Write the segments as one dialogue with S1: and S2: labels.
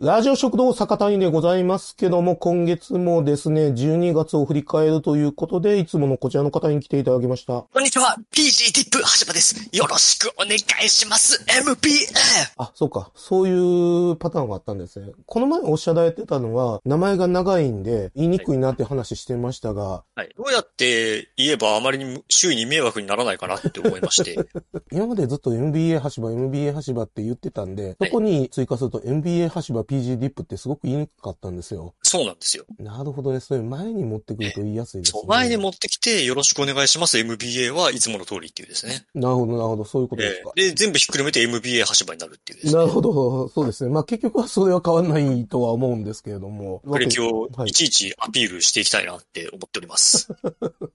S1: ラジオ食堂坂谷でございますけども、今月もですね、12月を振り返るということで、いつものこちらの方に来ていただきました。
S2: こんにちは、PG ティップ、橋場です。よろしくお願いします、MPA!
S1: あ、そうか。そういうパターンがあったんですね。この前おっしゃられてたのは、名前が長いんで、言いにくいなって話してましたが、
S2: はい。どうやって言えばあまりに周囲に迷惑にならないかなって思いま して。
S1: 今までずっと MBA 橋場、MBA 橋場って言ってたんで、そこに追加すると MBA 橋場 PG ディップってすごく言いにくかったんですよ。
S2: そうなんですよ。
S1: なるほどね。それ前に持ってくると言いやすいです
S2: そ
S1: ね。
S2: う。前に持ってきて、よろしくお願いします、MBA はいつもの通りっていうですね。
S1: なるほど、なるほど。そういうことです
S2: え
S1: か。
S2: えで、全部ひっくるめて MBA 橋場になるっていうです
S1: な
S2: ね。
S1: るほど。そうですね。まあ結局はそれは変わらないとは思うんですけれども。
S2: 履歴を
S1: はい
S2: いちいちアピールしていきたいなって思っております。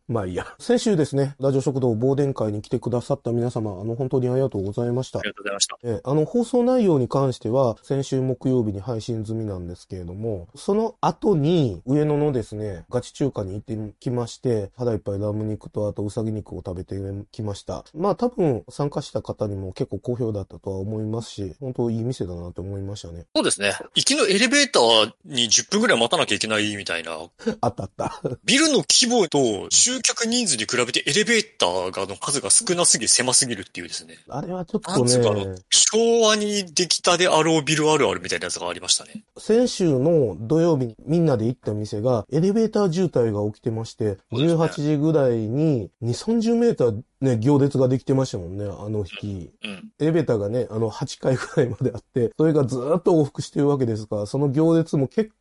S1: まあいいや。先週ですね、ラジオ食堂忘年会に来てくださった皆様、あの本当にありがとうございました
S2: あ り。がとうございました。
S1: えーあの、放送内容に関しては、先週木曜日に配信済みなんですけれども、その後に、上野のですね、ガチ中華に行ってきまして、腹いっぱいラム肉と、あとうさぎ肉を食べてきました。まあ多分、参加した方にも結構好評だったとは思いますし、本当いい店だなと思いましたね。
S2: そうですね。行きのエレベーターに10分くらい待たなきゃいけないみたいな、
S1: あったあった。
S2: ビルの規模と集客人数に比べてエレベーターがの数が少なすぎ、狭すぎるっていうですね。
S1: あれはちょっ
S2: なんつうかあ
S1: と
S2: の
S1: ね、
S2: 昭和にできたであろうビルあるあるみたいなやつがありましたね。
S1: 先週の土曜日にみんなで行った店が、エレベーター渋滞が起きてまして、
S2: そうですね
S1: 18時ぐらいに2、30メーターね、行列ができてましたもんね、あの日。
S2: うん。
S1: エレベーターがね、あの、8階ぐらいまであって、それがずーっと往復してるわけですから、その行列も結構、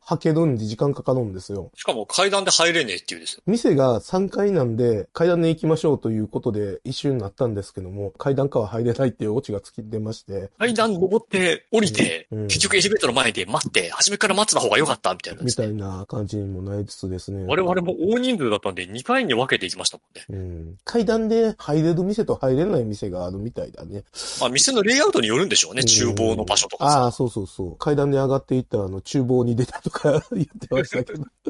S1: はけるんで時間かかるんですよ。
S2: しかも階段で入れねえっていうですね。
S1: 店が3階なんで、階段で行きましょうということで、一周になったんですけども、階段からは入れないっていうオチがつき出まして、
S2: 階段登って、降りて、
S1: うん
S2: 結局エレベーターの前で待って、初めから待ってた方が良かったみたいなで
S1: み
S2: す
S1: た
S2: ね。
S1: いな感じにもなりつつですね。
S2: 我々も大人数だったんで2回に分けていきましたもんね。
S1: うん階段で入れる店と入れない店があるみたいだね。
S2: まあ店のレイアウトによるんでしょうね。厨房の場所とか
S1: あ
S2: さ。
S1: あ、そうそうそう。階段で上がっていったら、あの、厨房に出たとか言ってましたけど。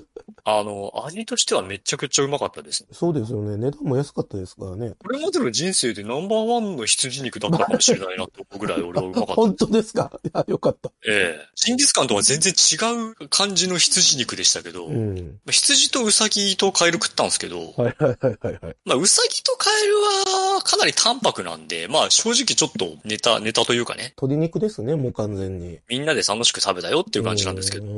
S2: あの、味としてはめちゃくちゃうまかったですね。
S1: そうですよね。値段も安かったですからね。
S2: これまでの人生でナンバーワンの羊肉だったかもしれないなって思うぐらい俺はうまかった。
S1: 本当ですかいや、よかった。
S2: ええ。ジンギスカンとは全然違う感じの羊肉でしたけど、
S1: うん。
S2: 羊とウサギとカエル食ったんですけど、
S1: はいはいはいはいはい。
S2: まあ、ウサギとカエルはかなり淡白なんで、まあ正直ちょっとネタ、ネタというかね、
S1: 鶏肉ですね、もう完全に。っ
S2: みんなで楽しく食べたよって
S1: て
S2: いう感じなんですけど、
S1: ど。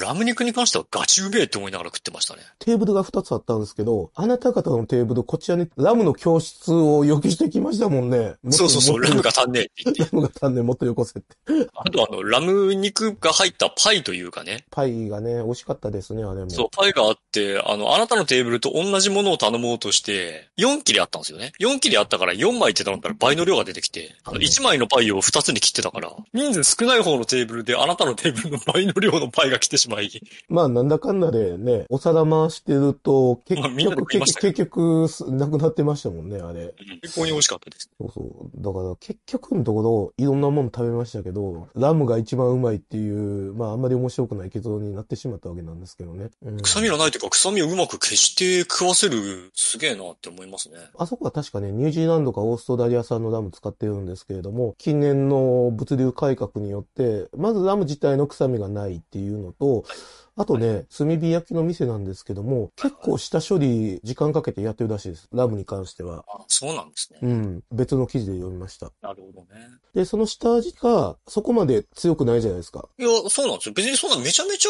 S2: ラム肉に関してはガチうめえって思いながら食ってましたね。
S1: テーブルが2つあったんですけど、あなた方のテーブル、こちらにラムの教室を要求してきましたもんね。
S2: そうそうそう、
S1: もっ
S2: ラ
S1: と
S2: ムが足んねえって言って。
S1: ラムが足んねえもっとよこせって。
S2: あとあの、ラム肉が入ったパイというかね、
S1: パイがね、美味しかったですね、あれも。
S2: そう、パイがあって、あの、あなたのテーブルと同じものを頼もうとして、4切れあったんですよね。4切れあったから4枚って頼んだら倍の量が出てきて、あの1枚のパイを2つに切ってたから、人数少ない方のテーブルであなたのテーブルの倍の量のパイが来てしまい、
S1: まあ、なんだかんだでね、お皿回してると、結
S2: まあ
S1: 局、
S2: みんなで食いま
S1: 結
S2: したけ
S1: 局、すなくなってましたもんね、あれ。
S2: うん最高に美味しかったです。
S1: そうそう。だから、結局のところ、いろんなもの食べましたけど、ラムが一番うまいっていう、まあ、あんまり面白くない結論になってしまったわけなんですけどね。うん
S2: 臭みがないというか、臭みをうまく消して食わせる、すげえなって思いますね。
S1: あそこは確かね、ニュージーランドかオーストラリア産のラム使ってるんですけれども、近年の物流改革によって、まずラム自体の臭みがないっていうのと、あとね、炭火焼きの店なんですけども、結構下処理時間かけてやってるらしいです。ラムに関しては。
S2: あそうなんですね。
S1: うん。別の記事で読みました。
S2: なるほどね。
S1: で、その下味が、そこまで強くないじゃないですか。
S2: いや、そうなんですよ。別にそんなめちゃめち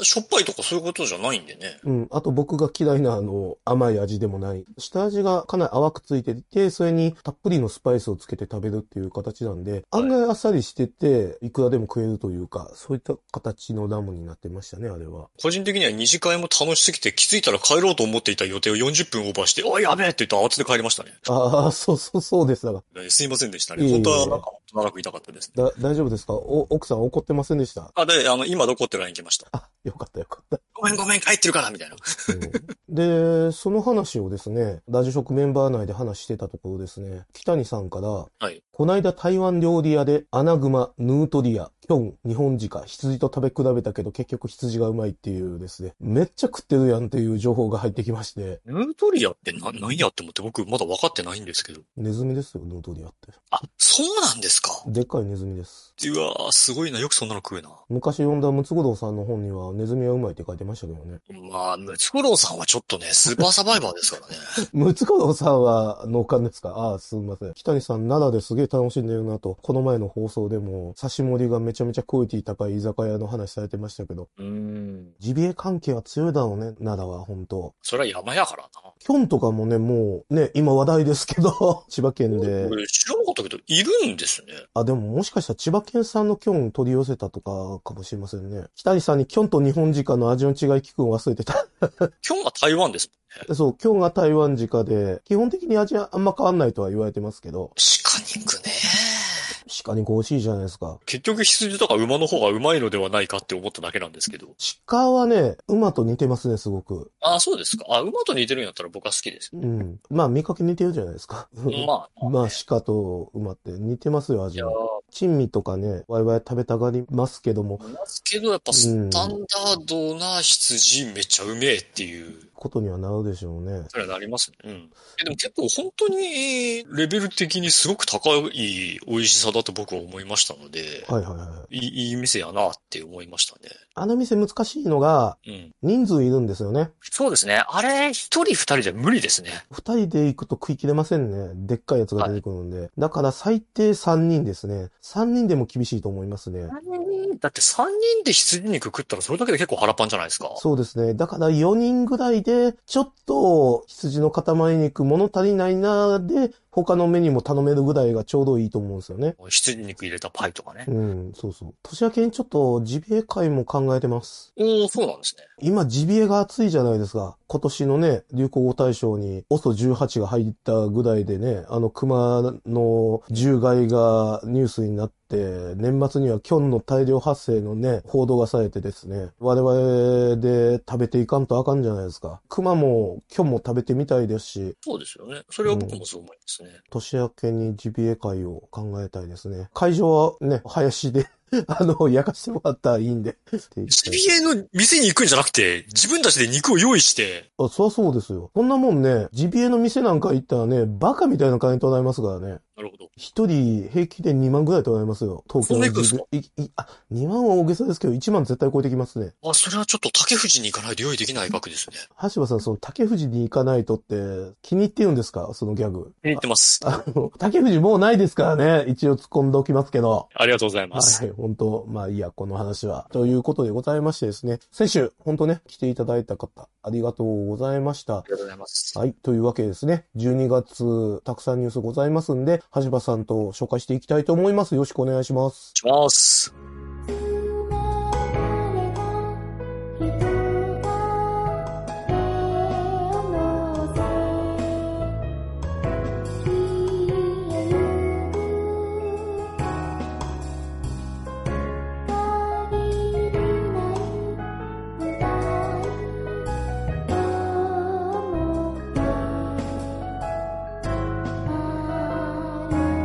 S2: ゃしょっぱいとかそういうことじゃないんでね。
S1: うん。あと僕が嫌いなあの、甘い味でもない。下味がかなり淡くついていて、それにたっぷりのスパイスをつけて食べるっていう形なんで、
S2: はい
S1: 案外あっさりしてて、いくらでも食えるというか、そういった形のラムになってましたね、あれは。
S2: 個人的には二次会も楽しすぎて気づいたら帰ろうと思っていた予定を40分オーバーして、おいやべえって言って慌てて帰りましたね。
S1: ああ、そうそうそうです。だが、
S2: えすいませんでした
S1: い
S2: ね。
S1: えいえ
S2: 本当はなんか、長くいたかったですね。
S1: だ、大丈夫ですかお、奥さん怒ってませんでした
S2: あ、で、あの、今どこって LINE 来ました。
S1: あ、よかったよかった。
S2: ごめんごめん帰ってるから、みたいな。
S1: うんで、その話をですね、ラジ食メンバー内で話してたところですね、北谷さんから、
S2: はい
S1: こないだ台湾料理屋でアナグマ、ヌートリア、キョン、日本鹿、羊と食べ比べたけど結局羊がうまいっていうですね、めっちゃ食ってるやんっていう情報が入ってきまして、
S2: ヌートリアってな、何やって思って僕まだ分かってないんですけど。
S1: ネズミですよ、ヌートリアって。
S2: あ、そうなんですか。
S1: でっかいネズミです。
S2: うわーすごいな。よくそんなの食うな。
S1: 昔読んだムツゴロウさんの本にはネズミはうまいって書いてましたけどね。
S2: まあ、ムツゴロウさんはちょっとね、スーパーサバイバーですからね。
S1: ムツゴロウさんは農家ですかああ、すみません。北谷さん奈良ですげえ楽しんでるなと、この前の放送でも刺し盛りがめちゃめちゃクオリティ高い居酒屋の話されてましたけど、
S2: うん。
S1: ジビエ関係は強いだろうね、奈良は本当
S2: それは山やからな。
S1: キョンとかもね、もうね、今話題ですけど、 千葉県で。
S2: 俺知らなかったけど、いるんですね。
S1: あ、でももしかしたら千葉県産のキョン取り寄せたとかかもしれませんね。北谷さんにキョンと日本鹿の味の違い聞くの忘れてた。
S2: 今日が台湾です。
S1: そう、キョンが台湾鹿で、基本的に味はあんま変わんないとは言われてますけど、
S2: 鹿肉ね。
S1: 鹿肉美味しいじゃないですか。
S2: 結局羊とか馬の方がうまいのではないかって思っただけなんですけど。
S1: 鹿はね、馬と似てますね、すごく。
S2: あ、そうですか。あ、馬と似てるんやったら僕は好きです。
S1: うん。まあ、見かけ似てるじゃないですか。
S2: ま あ、
S1: まあ、鹿と馬って似てますよ、
S2: い
S1: 味
S2: や
S1: は。
S2: ー、
S1: 珍味とかね、ワイワイ食べたがりますけども、
S2: ますけど、やっぱスタンダードな羊めっちゃうめえっていう、
S1: ことにはなるでしょうね。
S2: それはなりますね。うん。えでも結構本当にレベル的にすごく高い美味しさだと僕は思いましたので、
S1: はいはいはい。
S2: いいいい店やなって思いましたね。
S1: あの店難しいのが、
S2: うん。
S1: 人数いるんですよね。
S2: そうですね。あれ、一人二人じゃ無理ですね。
S1: 二人で行くと食い切れませんね。でっかいやつが出てくるんで。だから最低三人ですね。三人でも厳しいと思いますね。
S2: だって三人で羊肉食ったらそれだけで結構腹パンじゃないですか。
S1: そうですね。だから4人ぐらいで、ちょっと羊の塊肉物足りないなーで、他のメニューも頼めるぐらいがちょうどいいと思うんですよね。
S2: 羊肉入れたパイとかね
S1: う。ん、そうそう。年明けにちょっとジビエ会も考えてます。
S2: おおそうなんですね。
S1: 今ジビエが熱いじゃないですか。今年のね、流行語大賞に OSO18 が入ったぐらいでね、あの熊の獣害がニュースになって、年末にはキョンの大量発生のね、報道がされてですね、我々で食べていかんとあかんじゃないですか。熊もキョンも食べてみたいですし、
S2: そうですよね。それは僕もそう思いますね。
S1: 年明けにジビエ会を考えたいですね。会場はね、林で、 あの、焼かせてもらったらいいんで。って言って
S2: ジビエの店に行くんじゃなくて、自分たちで肉を用意して、
S1: あ、そりゃそうですよ。こんなもんね、ジビエの店なんか行ったらね、バカみたいな金となりますからね。
S2: なるほど。
S1: 一人平気で2万ぐらいとなりますよ。東京の
S2: そんな行くんす
S1: ジ
S2: か
S1: ビエ。いいあ、2万は大げさですけど、1万絶対超えてきますね。
S2: あ、それはちょっと竹富士に行かないと用意できない額 ですね。
S1: 橋場さん、その竹富士に行かないとって、気に入ってるんですかそのギャグ。
S2: 言ってます。
S1: あの、竹富士もうないですからね。一応突っ込んでおきますけど。
S2: ありがとうござい
S1: は
S2: ます。
S1: い、本当まあいいや、この話は。ということでございましてですね。先週、本当ね、来ていただいた方、ありがとうございました
S2: あ。りがとうございます。
S1: はい。というわけですね。12月、たくさんニュースございますんで、橋場さんと紹介していきたいと思います。よろしくお願いします。
S2: します。
S3: 「生まれた人が目をのせ」「消える限りない歌いと思って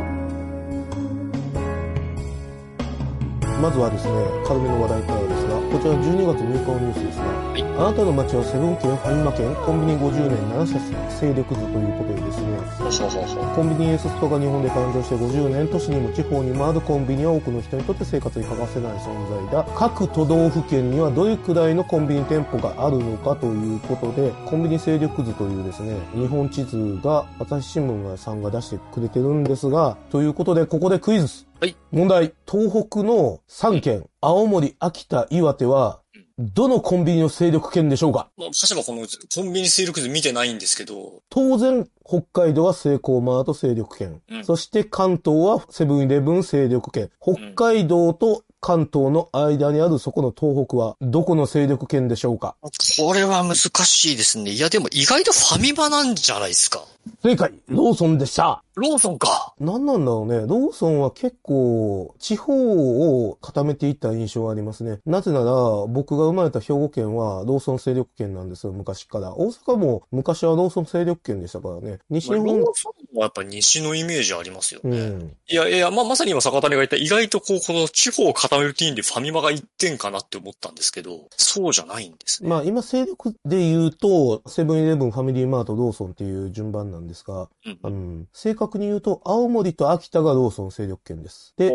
S3: 歩く」
S1: まずはですね、軽めの話題からですが、こちら12月6日のニュースですが、
S2: い
S1: あなたの街はセブン県、ファミマ県、コンビニ50年7社勢力図ということでですね、
S2: ほうほうほうほう
S1: コンビニエンスストが日本で誕生して50年、都市にも地方にもあるコンビニは多くの人にとって生活に欠かせない存在だ。各都道府県にはどれくらいのコンビニ店舗があるのかということで、コンビニ勢力図というですね、日本地図が朝日新聞さんが出してくれてるんですが、ということでここでクイズ。
S2: はい
S1: 問題。東北の3県、青森、秋田、岩手は、どのコンビニの勢力圏でしょうか
S2: まあ、私はこのコンビニ勢力図見てないんですけど、
S1: 当然、北海道はセイコーマート勢力圏。
S2: うん
S1: そして関東はセブンイレブン勢力圏。北海道と関東の間にあるそこの東北はどこの勢力圏でしょうか
S2: これは難しいですね。いや、でも意外とファミマなんじゃないですか。
S1: 正解、ローソンでした。
S2: ローソンか。
S1: 何なんだろうね。ローソンは結構、地方を固めていった印象がありますね。なぜなら、僕が生まれた兵庫県はローソン勢力圏なんですよ、昔から。大阪も昔はローソン勢力圏でしたからね。西
S2: まあ
S1: 日
S2: ロ
S1: 本、
S2: ーソンはやっぱ西のイメージありますよ
S1: う
S2: ね。
S1: ん。
S2: いやいや、まあ、まさに今坂谷が言った意外とこう、この地方を固めるって意味でファミマが一点かなって思ったんですけど、そうじゃないんですね。
S1: まあ今勢力で言うと、セブンイレブン、ファミリーマート、ローソンっていう順番なんですが、
S2: うん
S1: うん。正確に言うと、青森と秋田がローソン勢力圏です。で、
S2: わ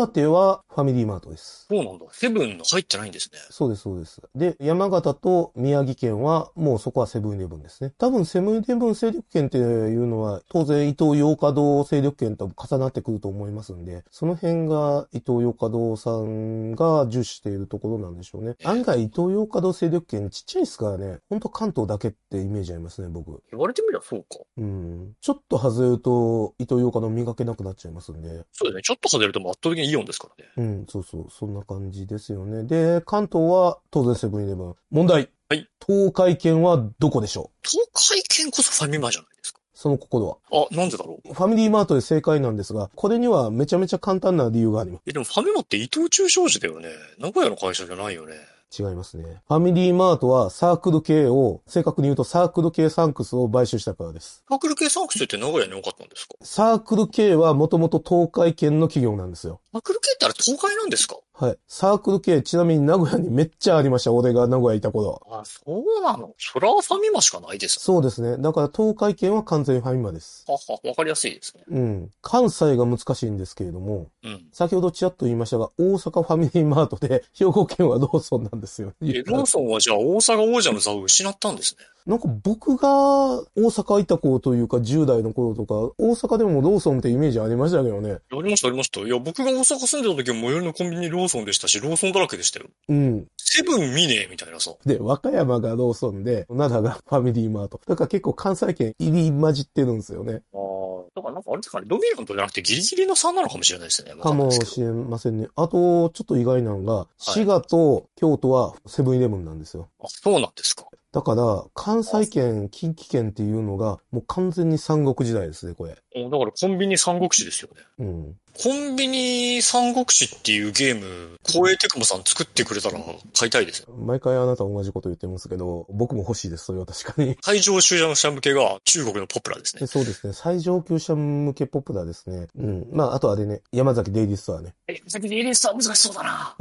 S1: 岩手はファミリーマートです。
S2: そうなんだ。セブンの入ってないんですね。
S1: そうです、そうです。で、山形と宮城県は、もうそこはセブンイレブンですね。多分セブンイレブン勢力圏っていうのは、当然伊東洋華堂勢力圏と重なってくると思いますんで、その辺が伊東洋華堂さんが重視しているところなんでしょうね。案外伊東洋華堂勢力圏ちっちゃいですからね、ほんと関東だけってイメージありますね、僕。
S2: 言われてみればそうか。
S1: うん。ちょっと外れると、伊東洋華堂見かけなくなっちゃいますんで。
S2: そうですね。ちょっと外れるともう圧倒的にイオンですからね。
S1: うん、そうそう、そんな感じですよね。で、関東は当然セブンイレブン。問題。
S2: はい。
S1: 東海圏はどこでしょう
S2: 東海圏こそファミマじゃないですか。
S1: その心は。
S2: あ、なんでだろう。
S1: ファミリーマートで正解なんですが、これにはめちゃめちゃ簡単な理由がありま
S2: え、でもファミマって伊藤忠商事だよね。名古屋の会社じゃないよね。
S1: す。違いますね。ファミリーマートはサークル系を、正確に言うとサークル系サンクスを買収したからです。
S2: サークル系サンクスって名古屋に多かったんですか
S1: サークル系はもともと東海圏の企業なんですよ。
S2: サークル系ってあれ東海なんですか
S1: はい。サークル系、ちなみに名古屋にめっちゃありました。俺が名古屋いた頃。
S2: あ、そうなの。そらファミマしかないです。
S1: そうですね。だから東海圏は完全にファミマです。
S2: はは、わかりやすいですね。
S1: うん。関西が難しいんですけれども、
S2: うん。
S1: 先ほどちらっと言いましたが、大阪ファミリーマートで、 兵庫県はローソンなんですよ。
S2: え、ローソンはじゃあ大阪王者の座を失ったんですね。
S1: なんか僕が大阪いた頃というか10代の頃とか、大阪でもローソンってイメージありましたけどね。
S2: ありました、ありました。いや、僕が大阪住んでた時も最寄りのコンビニローソンでしたし、ローソンだらけでしたよ。
S1: うん。
S2: セブン見ねえみたいなさ。
S1: で、和歌山がローソンで、奈良がファミリーマート。だから結構関西圏入り混じってるんですよね。
S2: ああ。だからなんかあれですかね、ドミナントじゃなくてギリギリの3なのかもしれないですね。
S1: かもしれませんね。あと、ちょっと意外なのが、滋賀と京都はセブンイレブンなんですよ。
S2: あ、そうなんですか。
S1: だから、関西圏、近畿圏っていうのが、もう完全に三国時代ですね、これ。
S2: おだからコンビニ三国志ですよね。
S1: うん。
S2: コンビニ三国志っていうゲーム、光栄テクモさん作ってくれたら買いたいですね。
S1: 毎回あなた同じこと言ってますけど、僕も欲しいです、それは確かに。
S2: 会場集団者向けが中国のポプラですね
S1: で。 そうですね。最上級者向けポップだですね。うん。まあ、あとあれね、山崎デイリーストアね。
S2: え、先にエリスは難しそうだな。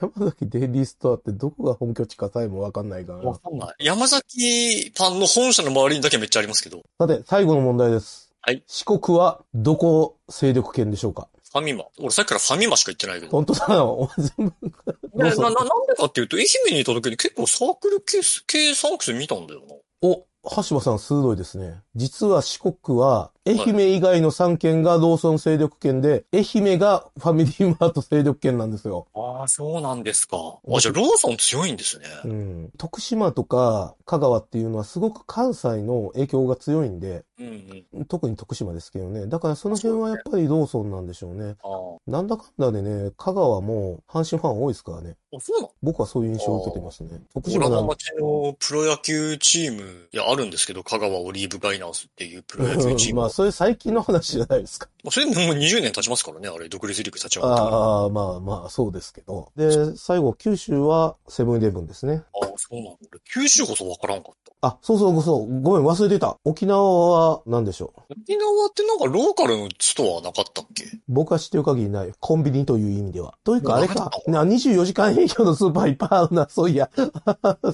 S1: 山崎デイリーストアってどこが本拠地かさえもわかんないから
S2: わ
S1: な。
S2: かんない。山崎パンの本社の周りにだけめっちゃありますけど、
S1: さて、最後の問題です。
S2: はい
S1: 四国はどこ勢力圏でしょうか
S2: ファミマ。俺さっきからファミマしか言ってないけど。
S1: 本当だな、お前全部。
S2: 俺
S1: どうぞ
S2: な、な、なんでかっていうと、愛媛にいた時に結構サークル系、系サンクス見たんだよな。
S1: お、橋場さん鋭いですね。実は四国は、愛媛以外の3県がローソン勢力圏で、愛媛がファミリーマート勢力圏なんですよ。
S2: ああ、そうなんですか。あ、じゃあローソン強いんですね。
S1: うん、徳島とか香川っていうのはすごく関西の影響が強いんで、
S2: うんうん。
S1: 特に徳島ですけどね。だからその辺はやっぱりローソンなんでしょうね。
S2: あー
S1: なんだかんだでね、香川も阪神ファン多いですからね。
S2: あ。そうなの
S1: 僕はそういう印象を受けてますね。徳
S2: オ
S1: 島
S2: ラ
S1: な
S2: の
S1: ん
S2: 町のプロ野球チーム、いや、あるんですけど、香川オリーブガイナースっていうプロ野球チーム。
S1: ま
S2: ま
S1: あ、それ最近の話じゃないですか。
S2: あ、それでもう20年経ちますからね、あれ、独立リーグ立ち上がってから。あ
S1: ああ、まあまあ、そうですけど。で、最後、九州はセブンイレブンですね。
S2: あー、そうなの。俺九州こそわからんかった。
S1: あ、そうそうそう、ごめん、忘れてた。沖縄は何でしょう。
S2: 沖縄ってなんかローカルのストアなかったっけ
S1: 僕は知ってる限りない。コンビニという意味では。というか、あれか。
S2: う
S1: な、24時間営業のスーパーいっぱいあるな。そういや。 そ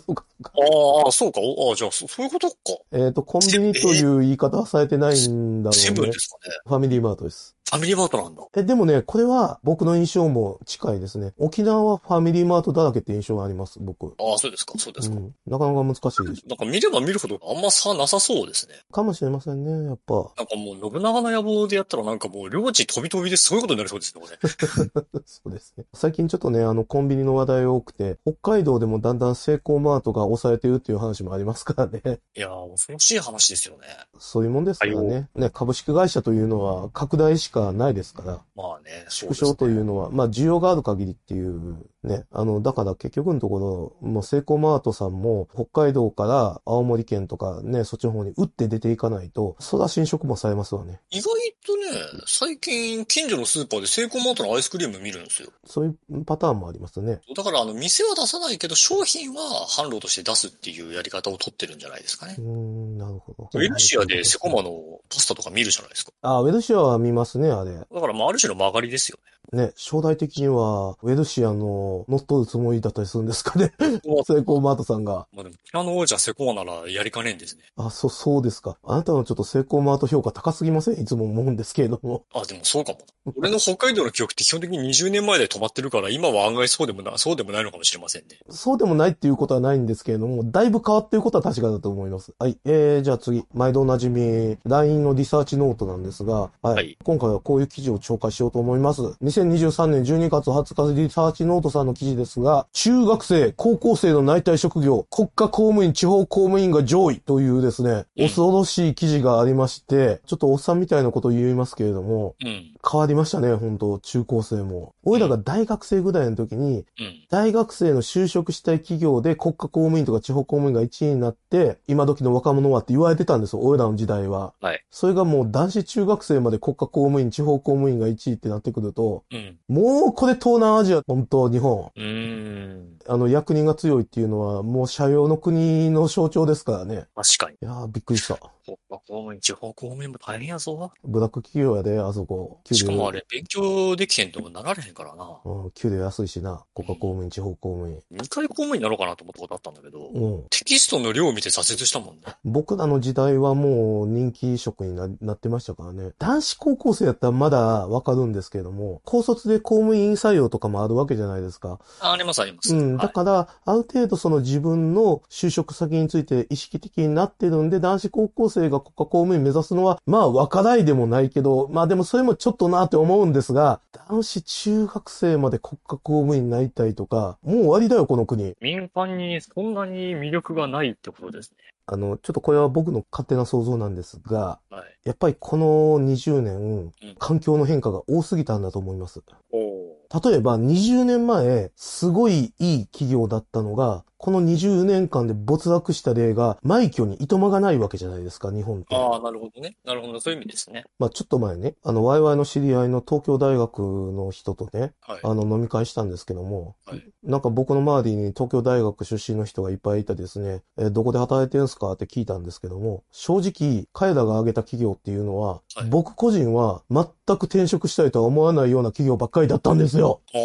S1: うか。
S2: ああ、そうか。おああ、じゃあ、そそういうことか。
S1: えっ、と、コンビニという言い方はされてないんだろ
S2: セ
S1: う
S2: ブン
S1: ね
S2: で。すかね。
S1: ファミリーマートです。
S2: ファミリーマートなんだ。
S1: え、でもね、これは僕の印象も近いですね。沖縄はファミリーマートだらけって印象があります、僕。
S2: ああ、そうですか、そうで
S1: う
S2: すか。
S1: ん。なかなか難しいでし
S2: なんか見れば見るほどあんま差なさそうですね。
S1: ょ。かもしれませんね、やっぱ。
S2: なんかもう信長の野望でやったらなんかもう領地飛び飛びですごいことになりそうですね、これ。
S1: そうですね。最近ちょっとね、あの、コンビニの話題多くて、北海道でもだんだんセイコーマートが抑えてるっていう話もありますからね。
S2: いやー、恐ろしい話ですよね。
S1: そういうもんですから
S2: は
S1: ね。ね、株式会社というのは拡大しかないですから、
S2: まあね、そ
S1: 縮
S2: うですね
S1: 小というのは、まあ需要がある限りっていうね。あの、だから結局のところ、もうセイコーマートさんも北海道から青森県とかね、そっちの方に打って出ていかないと、そら侵食もされますわね。
S2: 意外とね、最近近所のスーパーでセイコーマートのアイスクリーム見るんですよ。
S1: そういうパターンもありますね。
S2: だからあの、店は出さないけど、商品は販路として出すっていうやり方を取ってるんじゃないですかね
S1: うー。ん、なるほど。
S2: ウェルシアでセコマのパスタとか見るじゃないですか。
S1: あ、ウェルシアは見ますね、あれ。
S2: だからまあある種の曲がりですよ
S1: ね、将来的には、ウェルシアの乗っ取るつもりだったりするんですかね。
S2: ね。まあ
S1: セイコーマートさんが。
S2: まあでも、ピラノ王者セコマならやりかねえんですね。
S1: あ、そ、そうですか。あなたのちょっとセイコーマート評価高すぎませんいつも思うんですけれども。
S2: あ、でもそうかもな。俺の北海道の記憶って基本的に20年前で止まってるから、今は案外そうでもな、そうでもないのかもしれませんね。
S1: そうでもないっていうことはないんですけれども、だいぶ変わってることは確かだと思います。はい。えー、じゃあ次。毎度おなじみ、LINE のリサーチノートなんですが、はい。
S2: はい
S1: 今回はこういう記事を紹介しようと思います。2023年12月20日リサーチノートさんの記事ですが、中学生、高校生の内定職業、国家公務員、地方公務員が上位というですね、
S2: うん
S1: 恐ろしい記事がありまして、ちょっとおっさんみたいなことを言いますけれども、
S2: うん。
S1: 変わりましたね、本当中高生も。俺らが大学生ぐらいの時に、
S2: うん。
S1: 大学生の就職したい企業で国家公務員とか地方公務員が1位になって、今時の若者はって言われてたんですよ、俺らの時代は。
S2: はい。
S1: それがもう男子中学生まで国家公務員、地方公務員が1位ってなってくると、
S2: うん。
S1: もうこれ東南アジア、本当日本。
S2: うーん。
S1: あの、役人が強いっていうのは、もう社用の国の象徴ですからね。
S2: 確かに。
S1: いやー、びっくりした。
S2: 国家公務員、地方公務員も大変やぞ。
S1: ブラック企業やで、あそこ。給料
S2: しかもあれ、勉強できへんともなられへんからな。
S1: うん、給料安いしな。国家公務員、地方公務員。
S2: 2回公務員になろうかなと思ったことあったんだけど、
S1: うん。
S2: テキストの量を見て挫折したもんね。
S1: 僕らの時代はもう人気職にななってましたからね。男子高校生やったらまだわかるんですけども、高卒で公務員採用とかもあるわけじゃないですか。
S2: あ、ありますあります。
S1: うん。
S2: は
S1: だ
S2: い
S1: から、ある程度その自分の就職先について意識的になってるんで、男子高校生が国家公務員目指すのは、まあ、わからいでもないけど、まあでもそれもちょっとなって思うんですが、男子中学生まで国家公務員になりたいとか、もう終わりだよ、この国。
S2: 民間にそんなに魅力がないってことですね。
S1: あの、ちょっとこれは僕の勝手な想像なんですが、
S2: はい。
S1: やっぱりこの20年
S2: うん、
S1: 環境の変化が多すぎたんだと思います。
S2: おお。
S1: 例えば20年前、すごいいい企業だったのが、この20年間で没落した例が、枚挙にいとまがないわけじゃないですか、日本って。
S2: ああ、なるほどね。なるほど。そういう意味ですね。
S1: まあちょっと前ね、あの、ワイワイの知り合いの東京大学の人とね、
S2: はい。
S1: あの、飲み会したんですけども、
S2: はい
S1: なんか僕の周りに東京大学出身の人がいっぱいいてですね、えどこで働いてるんですかって聞いたんですけども、正直、彼らが挙げた企業っていうのは、
S2: はい
S1: 僕個人は全く転職したいとは思わないような企業ばっかりだったんですよ。
S2: あ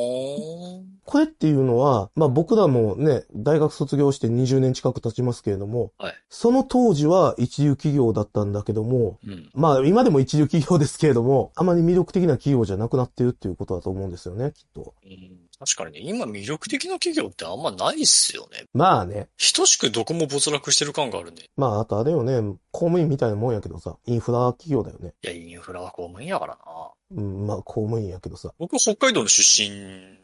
S2: ー
S1: これっていうのは、まあ僕らもね、大学卒業して20年近く経ちますけれども、
S2: はい
S1: その当時は一流企業だったんだけども、
S2: うん。
S1: まあ今でも一流企業ですけれども、あまり魅力的な企業じゃなくなってるっていうことだと思うんですよね、きっと。
S2: うん確かにね、今魅力的な企業ってあんまないっすよね。
S1: まあね。
S2: 等しくどこも没落してる感があるね。
S1: まああとあれよね、公務員みたいなもんやけどさ、インフラ企業だよね。
S2: いや、インフラは公務員やからな。
S1: うん、まあ公務員やけどさ。
S2: 僕、北海道の出身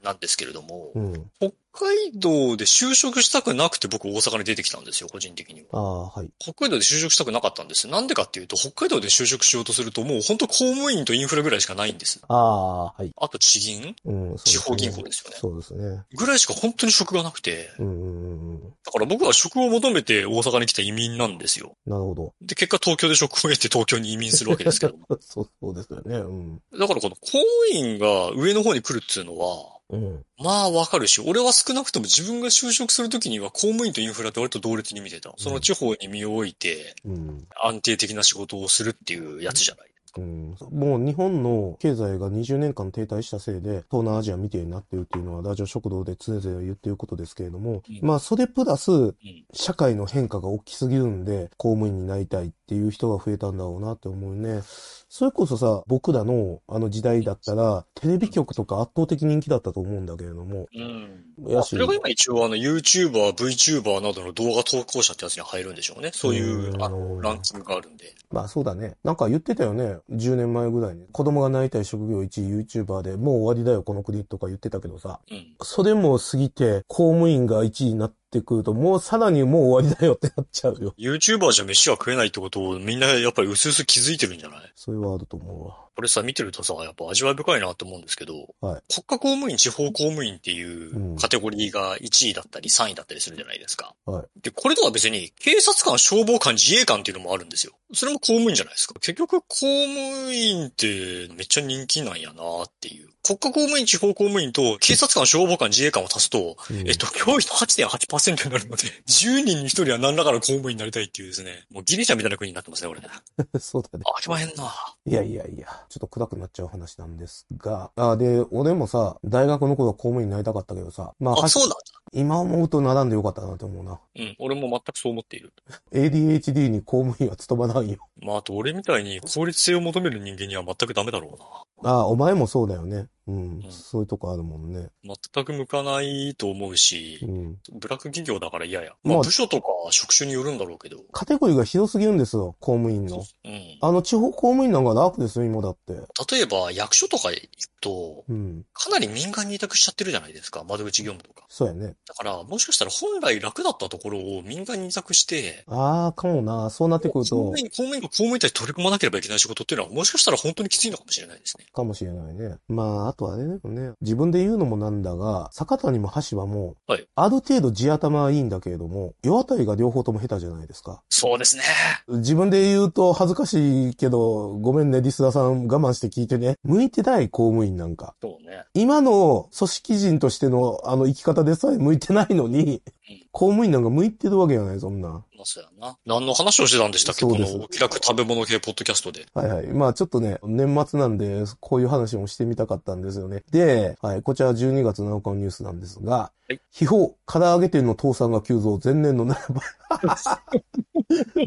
S2: なんですけれども
S1: う、ん。
S2: 北海道で就職したくなくて僕大阪に出てきたんですよ、個人的には。
S1: ああ、はい。
S2: 北海道で就職したくなかったんです。なんでかっていうと、北海道で就職しようとすると、もう本当公務員とインフラぐらいしかないんです。
S1: ああ、はい。
S2: あと地銀
S1: うん、
S2: 地方銀行ですよね
S1: そうですね。
S2: ぐらいしか本当に職がなくて。
S1: うんうんうんうん。
S2: だから僕は職を求めて大阪に来た移民なんですよ。
S1: なるほど。
S2: で、結果東京で職を得て東京に移民するわけで すけども。
S1: そう、そうですよね。うん。
S2: だからこの公務員が上の方に来るっていうのは、
S1: うん。
S2: まあわかるし、俺は少なくとも自分が就職するときには公務員とインフラって割と同列に見てた。その地方に身を置いて
S1: うん。
S2: 安定的な仕事をするっていうやつじゃない。
S1: うん、もう日本の経済が20年間停滞したせいで、東南アジアみたいになっているっていうのは、ラジオ食堂で常々言っていることですけれども、
S2: うん
S1: まあ、それプラス、社会の変化が大きすぎるんで、公務員になりたいっていう人が増えたんだろうなって思うね。それこそさ、僕らのあの時代だったら、テレビ局とか圧倒的人気だったと思うんだけれども、
S2: うん。
S1: や
S2: それが今一応あの YouTuber、VTuber などの動画投稿者ってやつに入るんでしょうね。そういう
S1: うん
S2: あのランキングがあるんで。
S1: まあそうだね。なんか言ってたよね。10年前ぐらいに。子供がなりたい職業1位 YouTuber で、もう終わりだよこの国とか言ってたけどさ。
S2: うん。
S1: それも過ぎて、公務員が1位になっってくると、もうさらにもう終わりだよってなっちゃうよ。
S2: YouTuber じゃ飯は食えないってことをみんなやっぱり薄々気づいてるんじゃない
S1: それはあると思うわ。
S2: これさ、見てるとさ、やっぱ味わい深いなって思うんですけど、
S1: はい
S2: 国家公務員、地方公務員っていううんカテゴリーが1位だったり3位だったりするじゃないですか。
S1: はい
S2: で、これとは別に、警察官、消防官、自衛官っていうのもあるんですよ。それも公務員じゃないですか。結局、公務員ってめっちゃ人気なんやなっていう。国家公務員、地方公務員と警察官、消防官、自衛官を足すと、
S1: うん
S2: えっと、教員の8.8%になるので、10人に1人は何らかの公務員になりたいっていうですね、もうギリシャみたいな国になってますね、俺。あ、
S1: そうだね。
S2: 決まへんな。
S1: いやいやいや、ちょっと暗くなっちゃう話なんですが。あ、で、俺もさ、大学の頃公務員になりたかったけどさ、まあ、
S2: あ、
S1: はし
S2: そうだ。
S1: 今思うと並んでよかったなって思うな。
S2: うん、俺も全くそう思っている。
S1: ADHD に公務員は務まらん よ。
S2: まあ、あと俺みたいに効率性を求める人間には全くダメだろう
S1: あ、お前もそうだよね。うん。
S2: ん
S1: そういうとこあるもんね。
S2: な。全く向かないと思うし
S1: う、ん。
S2: ブラック企業だから嫌や。ま
S1: ま
S2: あ、
S1: あ
S2: 部署とか職種によるんだろうけど。
S1: カテゴリーがひどすぎるんですよ、公務員の。
S2: うん。
S1: あの、地方公務員なんか楽ですよ、今だって。
S2: 例えば、役所とか行くと、
S1: うん。
S2: かなり民間に委託しちゃってるじゃないですか。窓口業務とか。
S1: そうやね。
S2: だから、もしかしたら本来楽だったところを民間に委託して、
S1: あー、かもな。そうなってく
S2: 公
S1: ると
S2: 務、員、公務員が公務員たちに取り組まなければいけない仕事っていうのは、もしかしたら本当にきついのかもしれないですね。
S1: かもしれないね。まあ、あとあれだよね。自分で言うのもなんだが、坂谷も橋場も、
S2: はい
S1: ある程度地頭はいいんだけれども、世あたりが両方とも下手じゃないですか。
S2: そうですね。
S1: 自分で言うと恥ずかしいけど、ごめんね、リスナーさん我慢して聞いてね。向いてない公務員なんか。
S2: そうね。
S1: 今の組織人としてのあの生き方でさえ向いてないのに
S2: うん、
S1: 公務員なんか向いてるわけがない、そんな。
S2: まあ、そうやな。何の話をしてたんでしたっけ
S1: そ
S2: こ
S1: うです
S2: の、気楽食べ物系ポッドキャストで。
S1: はいはい。まあちょっとね、年末なんで、こういう話もしてみたかったんですよね。で、はい、こちら12月7日のニュースなんですが、
S2: はい
S1: 秘宝、唐揚げ店の倒産が急増、前年の7倍。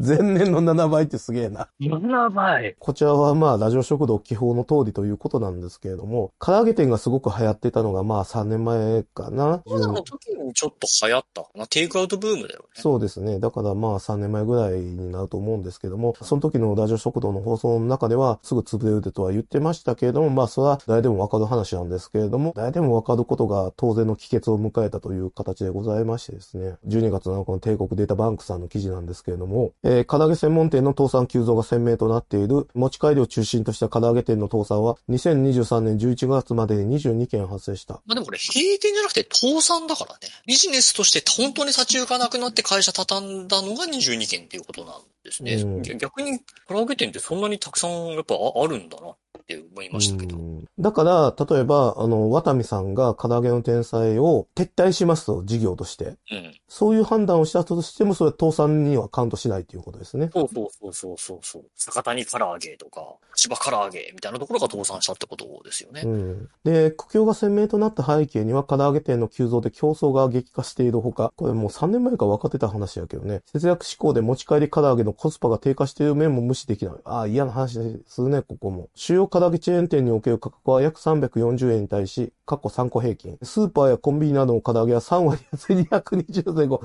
S1: 前年の7倍ってすげえな。
S2: 7倍。
S1: こちらはまあ、ラジオ食堂基本の通りということなんですけれども、唐揚げ店がすごく流行ってたのがまあ3年前かな。
S2: コロナの時にちょっと流行ったかな。テイクアウトブームだよね。
S1: そうですね。だからまあ3年前ぐらいになると思うんですけども、その時のラジオ食堂の放送の中ではすぐ潰れるでとは言ってましたけれども、まあそれは誰でもわかる話なんですけれども、誰でもわかることが当然の帰結を迎えたという形でございましてですね、12月7日の帝国データバンクさんの記事なんですけれども、えー、唐揚げ専門店の倒産急増が鮮明となっている、持ち帰りを中心とした唐揚げ店の倒産は2023年11月までに22件発生した。
S2: まあでもこれ閉店じゃなくて倒産だからね。ビジネスとして本当に立ち行かなくなって会社畳んだのが22件っていうことなんですね。
S1: うん
S2: ぎゃ逆にカラオケ店ってそんなにたくさんやっぱああるんだなって思いましたけど。
S1: うんだから、例えば、あの、渡美さんが唐揚げの天才を撤退しますと、事業として。
S2: うん。
S1: そういう判断をしたとしても、それは倒産にはカウントしないということですね。
S2: そうそうそうそうそうそう。坂谷唐揚げとか、千葉唐揚げみたいなところが倒産したってことですよね。
S1: うん、で、苦境が鮮明となった背景には、唐揚げ店の急増で競争が激化しているほか、これもう3年前から分かってた話やけどね、節約志向で持ち帰り唐揚げのコスパが低下している面も無視できない。ああ、嫌な話ですね、ここも。主要唐揚げチェーン店における価格は約340円に対し、過去3個平均。スーパーやコンビニなどの唐揚げは3割安い220前後。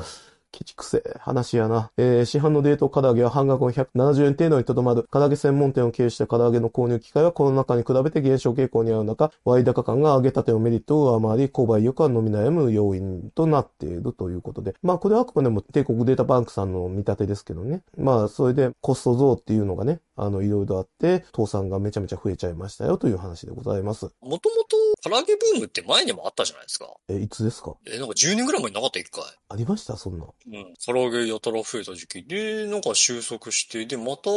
S1: ケチくせえ話やな。えー市販の冷凍唐揚げは半額の170円程度にとどまる。唐揚げ専門店を経営した唐揚げの購入機会はコロナ禍に比べて減少傾向にある中、割高感が上げたてのメリットを上回り、購買意欲は伸び悩む要因となっているということで。まあこれはあくまでも帝国データバンクさんの見立てですけどね。まあそれでコスト増っていうのがね、あのいろいろあって、倒産がめちゃめちゃ増えちゃいましたよという話でございます。
S2: もともと唐揚げブームって前にもあったじゃないですか。
S1: え、いつですか
S2: え、なんか10年ぐらい前になかった一回。
S1: ありましたそんな。
S2: うん。唐揚げやたら増えた時期で、なんか収束して、で、また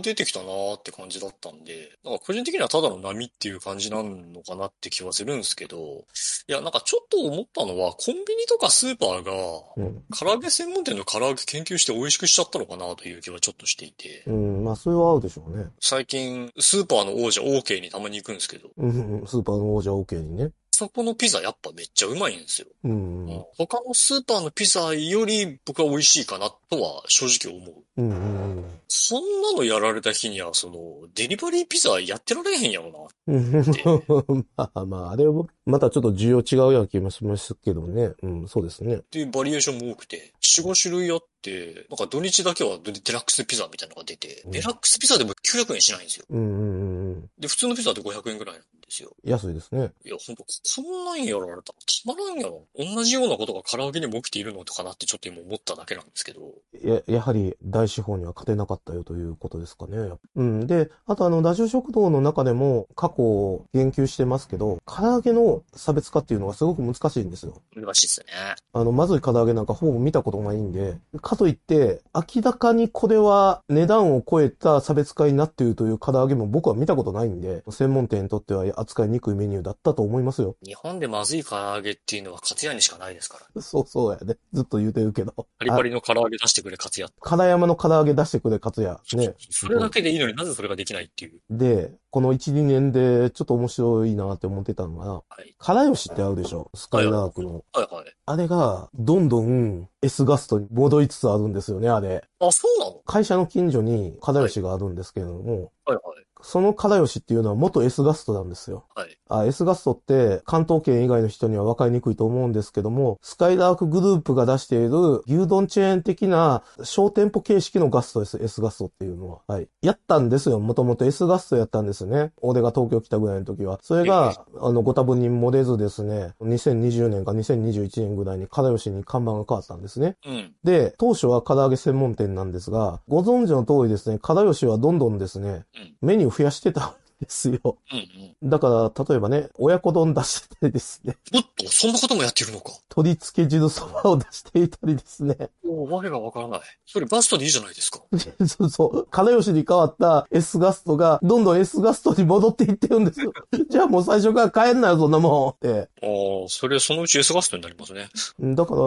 S2: 出てきたなーって感じだったんで、なんか個人的にはただの波っていう感じなのかなって気はするんですけど、いや、なんかちょっと思ったのは、コンビニとかスーパーが、
S1: うん。
S2: 唐揚げ専門店の唐揚げ研究して美味しくしちゃったのかなという気はちょっとしていて
S1: う、ん、まあそれは合うでしょうね。
S2: 最近、スーパーの王者 OK にたまに行くんですけど、
S1: うん、うんスーパーの王者 OK にね。
S2: そこのピザやっぱめっちゃうまいんですよ。
S1: うん。うん
S2: 他のスーパーのピザより僕は美味しいかなとは正直思う。
S1: うんうん
S2: そんなのやられた日には、その、デリバリーピザやってられへんやろ
S1: うん。まあまあ、あれも、またちょっと需要違うような気もしますけどね。うん、そうですね。
S2: な。で、バリエーションも多くて、4、5種類あって、なんか土日だけはデラックスピザみたいなのが出て、
S1: うん
S2: デラックスピザでも900円しないんですよ。
S1: うんうんうんうん。
S2: で、普通のピザって500円くらいなんですよ。
S1: 安いですね。
S2: いや、ほんと、そんなんやられたらたまらんやろ。同じようなことが唐揚げにも起きているのかなってちょっと今思っただけなんですけど。
S1: や、やはり大資本には勝てなかったよということですかね。うん。で、あとあの、ラジオ食堂の中でも過去を言及してますけど、唐揚げの差別化っていうのがすごく難しいんですよ。
S2: 難しいっすね。
S1: あの、まずい唐揚げなんかほぼ見たことないんで、かといって、明らかにこれは値段を超えた差別化になっているという唐揚げも僕は見たことないんで、専門店にとっては扱いにくいメニューだったと思いますよ。
S2: 日本でまずい唐揚げっていうのはカツヤにしかないですから。
S1: そうそうやね。ずっと言うてるけど。
S2: パリパリの唐揚げ出してくれカツヤ。
S1: 金山の唐揚げ出してくれ、勝也。ね。
S2: それだけでいいのになぜそれができないっていう。
S1: で、この1、2年でちょっと面白いなって思ってたのが、
S2: はい。
S1: 唐吉ってあるでしょスカイラークの。
S2: はいはい。
S1: あれが、どんどん S ガストに戻りつつあるんですよね、あれ。
S2: あ、そうなの
S1: 会社の近所に唐吉があるんですけれども、
S2: はいはい。
S1: その唐吉っていうのは元 S ガストなんですよ。
S2: はい。
S1: あ、S ガストって関東圏以外の人には分かりにくいと思うんですけども、スカイラークグループが出している牛丼チェーン的な小店舗形式のガストです。S ガストっていうのは。はい。やったんですよ。もともと S ガストやったんですね。俺が東京来たぐらいの時は。それが、あの、ご多分に漏れずですね、2020年か2021年ぐらいに唐吉に看板が変わったんですね。
S2: うん。
S1: で、当初は唐揚げ専門店なんですが、ご存知の通りですね、唐吉はどんどんですね、メニュー増やしてたんですよ。
S2: うんうん。
S1: だから、例えばね、親子丼出してたりですね、
S2: おっと、そんなこともやってるのか。
S1: 鶏つけ汁そばを出していたりですね。
S2: おわけがわからない。それガストでいいじゃないですか。
S1: そうそう。唐吉に変わった S ガストが、どんどん S ガストに戻っていってるんですよ。じゃあもう最初から帰んなよ、そんなもんって。
S2: ああ、それそのうち S ガストになりますね。
S1: だから、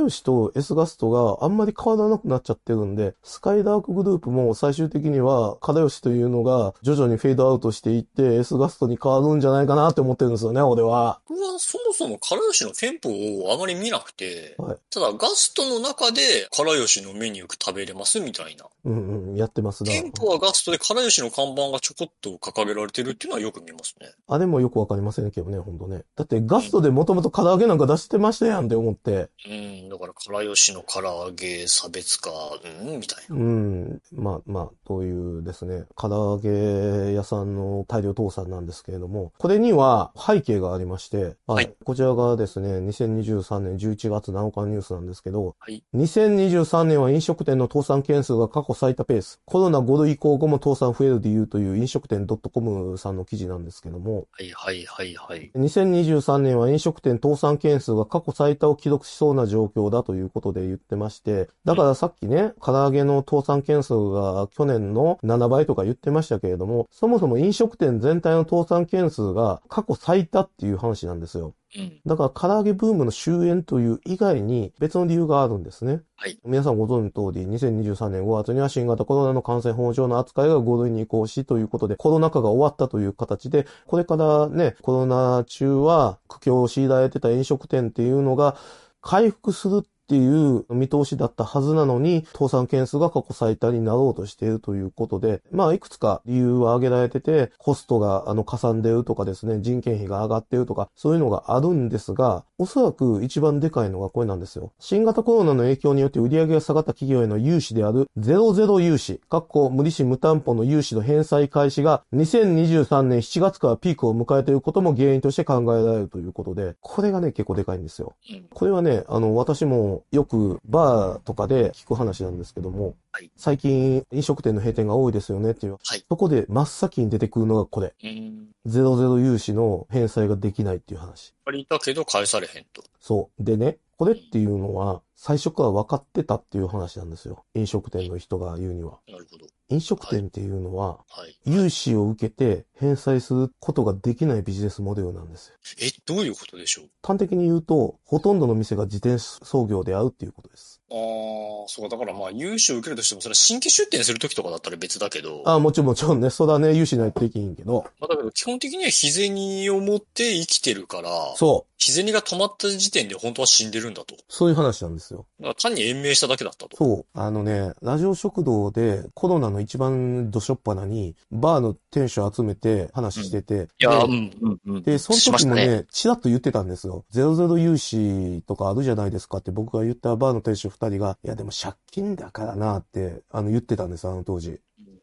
S1: 唐吉と S ガストがあんまり変わらなくなっちゃってるんで、スカイダークグループも最終的には、唐吉というのが徐々にフェードアウトしていって、S ガストに変わるんじゃないかなって思ってるんですよね、俺は。
S2: 僕はそもそも唐吉の店舗をあまり見なくて、
S1: はい
S2: ただガストの中で唐吉のメニュー食べれますみたいな。
S1: うんうん、やってますな。
S2: 店舗はガストで唐吉の看板がちょこっと掲げられてるっていうのはよく見ますね。
S1: あれもよくわかりませんけどね、ほんとね。だってガストでもともと唐揚げなんか出してましたやんって思って。
S2: うん、だから唐吉の唐揚げ差別化、うん、みたいな。
S1: うん、まあまあ、というですね、唐揚げ屋さんの大量倒産なんですけれども、これには背景がありまして、
S2: はい
S1: こちらがですね、2023年11月7日のニュースなんですけど、
S2: はい
S1: 2023年は飲食店の倒産件数が過去最多ペース。コロナ5類以降後も倒産増える理由という飲食店 .com さんの記事なんですけども、
S2: はいはいはいはい。
S1: 2023年は飲食店倒産件数が過去最多を記録しそうな状況だということで言ってまして、だからさっきね、唐揚げの倒産件数が去年の7倍とか言ってましたけれども、そもそも飲食店全体の倒産件数が過去最多っていう話なんですよ。
S2: うん。
S1: だから唐揚げブームの終焉という以外に別の理由があるんですね。
S2: はい
S1: 皆さんご存知の通り、2023年5月には新型コロナの感染法上の扱いが5類に移行しということで、コロナ禍が終わったという形で、これからね、コロナ中は苦境を強いられてた飲食店っていうのが回復するっていう見通しだったはずなのに、倒産件数が過去最多になろうとしているということで、まあ、いくつか理由は挙げられてて、コストが、あの、かさんでるとかですね、人件費が上がってるとか、そういうのがあるんですが、おそらく一番でかいのがこれなんですよ。新型コロナの影響によって売上が下がった企業への融資である、ゼロゼロ融資、かっこ無利子無担保の融資の返済開始が、2023年7月からピークを迎えていることも原因として考えられるということで、これがね、結構でかいんですよ。
S2: うん
S1: これはね、あの、私もよくバーとかで聞く話なんですけども、
S2: はい
S1: 最近飲食店の閉店が多いですよねっていう。
S2: はい
S1: そこで真っ先に出てくるのがこれ。
S2: うん。
S1: 00融資の返済ができないっていう話。
S2: 借りたけど返されへんと。
S1: そう。でね、これっていうのは最初から分かってたっていう話なんですよ。飲食店の人が言うには。
S2: なるほど。
S1: 飲食店っていうのは、
S2: はい。
S1: 融資を受けて返済することができないビジネスモデルなんですよ。
S2: え、どういうことでしょう
S1: 端的に言うと、ほとんどの店が自転操業であるっていうことです。
S2: ああ、そうか。だからまあ、融資を受けるとしても、それは新規出店するときとかだったら別だけど、
S1: あもちろんもちろんね、そうだね、融資ないとできひんけど。
S2: まあ、だけど基本的には日銭を持って生きてるから、
S1: そ
S2: 日銭が溜まった時点で本当は死んでるんだと。
S1: う。そういう話なんですよ。
S2: だから単に延命しただけだったと。
S1: そう。あのね、ラジオ食堂でコロナの一番どしょっぱなに、バーの店主集めて話してて。
S2: いや
S1: で
S2: ー、うん、うん、うん。
S1: で、その
S2: しま
S1: 時
S2: した
S1: も
S2: ね。
S1: ね、ちらっと言ってたんですよ。00融資とかあるじゃないですかって僕が言ったバーの店主二人が、いやでも借金だからなって、あの言ってたんです、あの当時。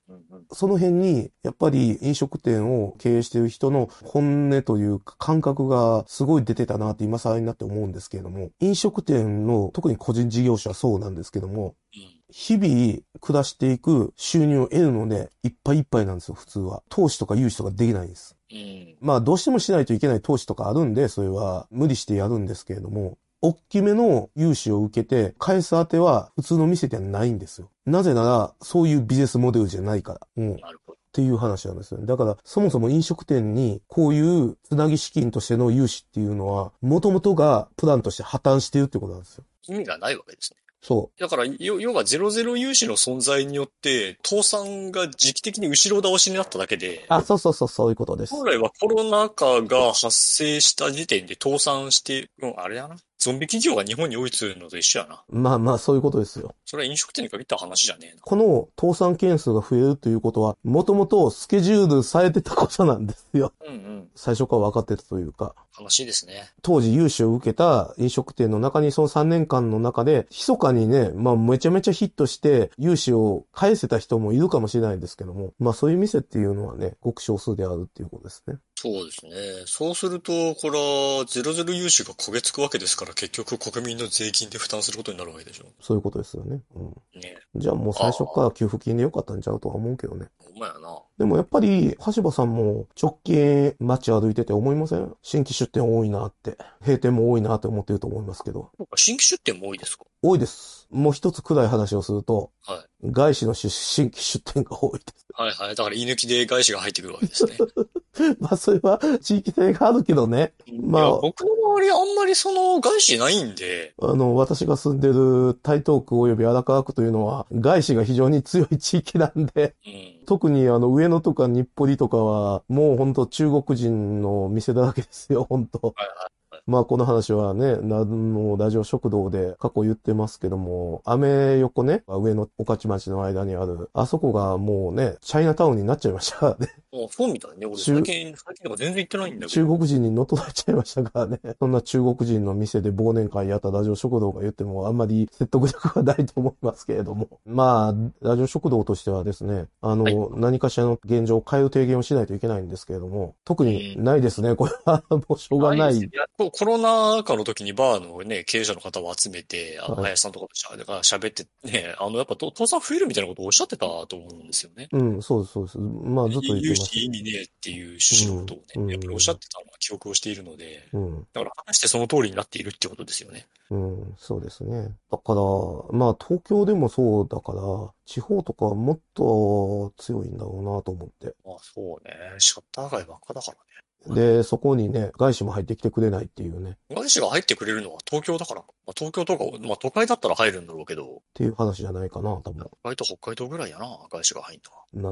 S2: うんうんうん
S1: その辺に、やっぱり飲食店を経営してる人の本音というか感覚がすごい出てたなって今更になって思うんですけれども、飲食店の特に個人事業者はそうなんですけども、日々暮らしていく収入を得るので、いっぱいいっぱいなんですよ、普通は。投資とか融資とかできないんです。
S2: うん。うん。
S1: まあどうしてもしないといけない投資とかあるんで、それは無理してやるんですけれども、大きめの融資を受けて返す当ては普通の店ではないんですよ。なぜなら、そういうビジネスモデルじゃないから。うん。っ
S2: なるほど。
S1: ていう話なんですよね。だから、そもそも飲食店に、こういうつなぎ資金としての融資っていうのは、元々がプランとして破綻しているってことなんですよ。
S2: 意味がないわけですね。
S1: そ
S2: だから、よ要は00融資の存在によって、倒産が時期的に後ろ倒しになっただけで
S1: う。、あ、そうそうそう、そういうことです。
S2: 本来はコロナ禍が発生した時点で倒産して、うん、あれだな。ゾンビ企業が日本に追いつるのと一緒やな。
S1: まあまあ、そういうことですよ。
S2: それは飲食店に限った話じゃねえな。
S1: この倒産件数が増えるということは、元々スケジュールされてたことなんですよ。
S2: うんうん。
S1: 最初から分かってたというか、
S2: 悲しいですね。
S1: 当時融資を受けた飲食店の中にその3年間の中で、密かにね、まあめちゃめちゃヒットして融資を返せた人もいるかもしれないんですけども、まあそういう店っていうのはね、ごく少数であるっていうことですね。
S2: そうですね。そうすると、これは、00融資が焦げつくわけですから、結局国民の税金で負担することになるわけでしょ。
S1: そういうことですよね。うん。
S2: ね
S1: じゃあもう最初から給付金でよかったんちゃうとは思うけどね。
S2: え。ほんまやな。
S1: でもやっぱり、橋場さんも直近街歩いてて思いません新規出店多いなって。閉店も多いなって思ってると思いますけど。
S2: 新規出店も多いですか
S1: 多いです。もう一つ暗い話をすると、
S2: は
S1: 外資の出新規出店が多いです。
S2: はいはい。だから、居抜きで外資が入ってくるわけですね。
S1: まあ、それは地域性があるけどね。ま
S2: いや、
S1: あ、
S2: 僕の周りあんまりその外資ないんで、
S1: あの、私が住んでる台東区及び荒川区というのは、外資が非常に強い地域なんで、
S2: うん。
S1: 特にあの、上野とか日暮里とかは、もうほんと中国人の店だらけですよ、ほんと。まあ、この話はね、なのラジオ食堂で過去言ってますけども、アメ横ね、上野、御徒町の間にある、あそこがもうね、チャイナタウンになっちゃいましたからね
S2: あそうみたいね。俺
S1: 中
S2: 最近、最近とか全然行ってないんだけ
S1: 中
S2: ど。
S1: 国人に乗っ取られちゃいましたからね。 そんな中国人の店で忘年会やったラジオ食堂が言ってもあんまり説得力はないと思いますけれども。 まあ、ラジオ食堂としてはですね、あの、
S2: はい
S1: 何かしらの現状を変える提言をしないといけないんですけれども、特にないですね、これは。もうしょうがない。
S2: やこうコロナ禍の時にバーのね、経営者の方を集めて、あの、
S1: はい
S2: 林さんとかとしゃが喋ってね、あの、やっぱと、倒産増えるみたいなことをおっしゃってたと思うんですよね。
S1: うん、そうです、そうです。まあ、ずっと言って
S2: 融
S1: ま
S2: 資
S1: す。
S2: 意味ねえっていう趣旨のこと
S1: う
S2: を
S1: ん
S2: ね、やっぱりおっしゃってたのは記憶をしているので、
S1: うん。
S2: だから果たしてその通りになっているってことですよね。
S1: うん、そうですね。だから、まあ東京でもそうだから、地方とかはもっと強いんだろうなと思って。
S2: まあそうね、シャッター街ばっかだからね。
S1: で、そこにね、外資も入ってきてくれないっていうね、っ
S2: 外資が入ってくれるのは東京だから。まあ、東京とか、まあ都会だったら入るんだろうけど、
S1: ていう話じゃないかな、多分。
S2: 北海道、北海道ぐらいやな、外資が入んの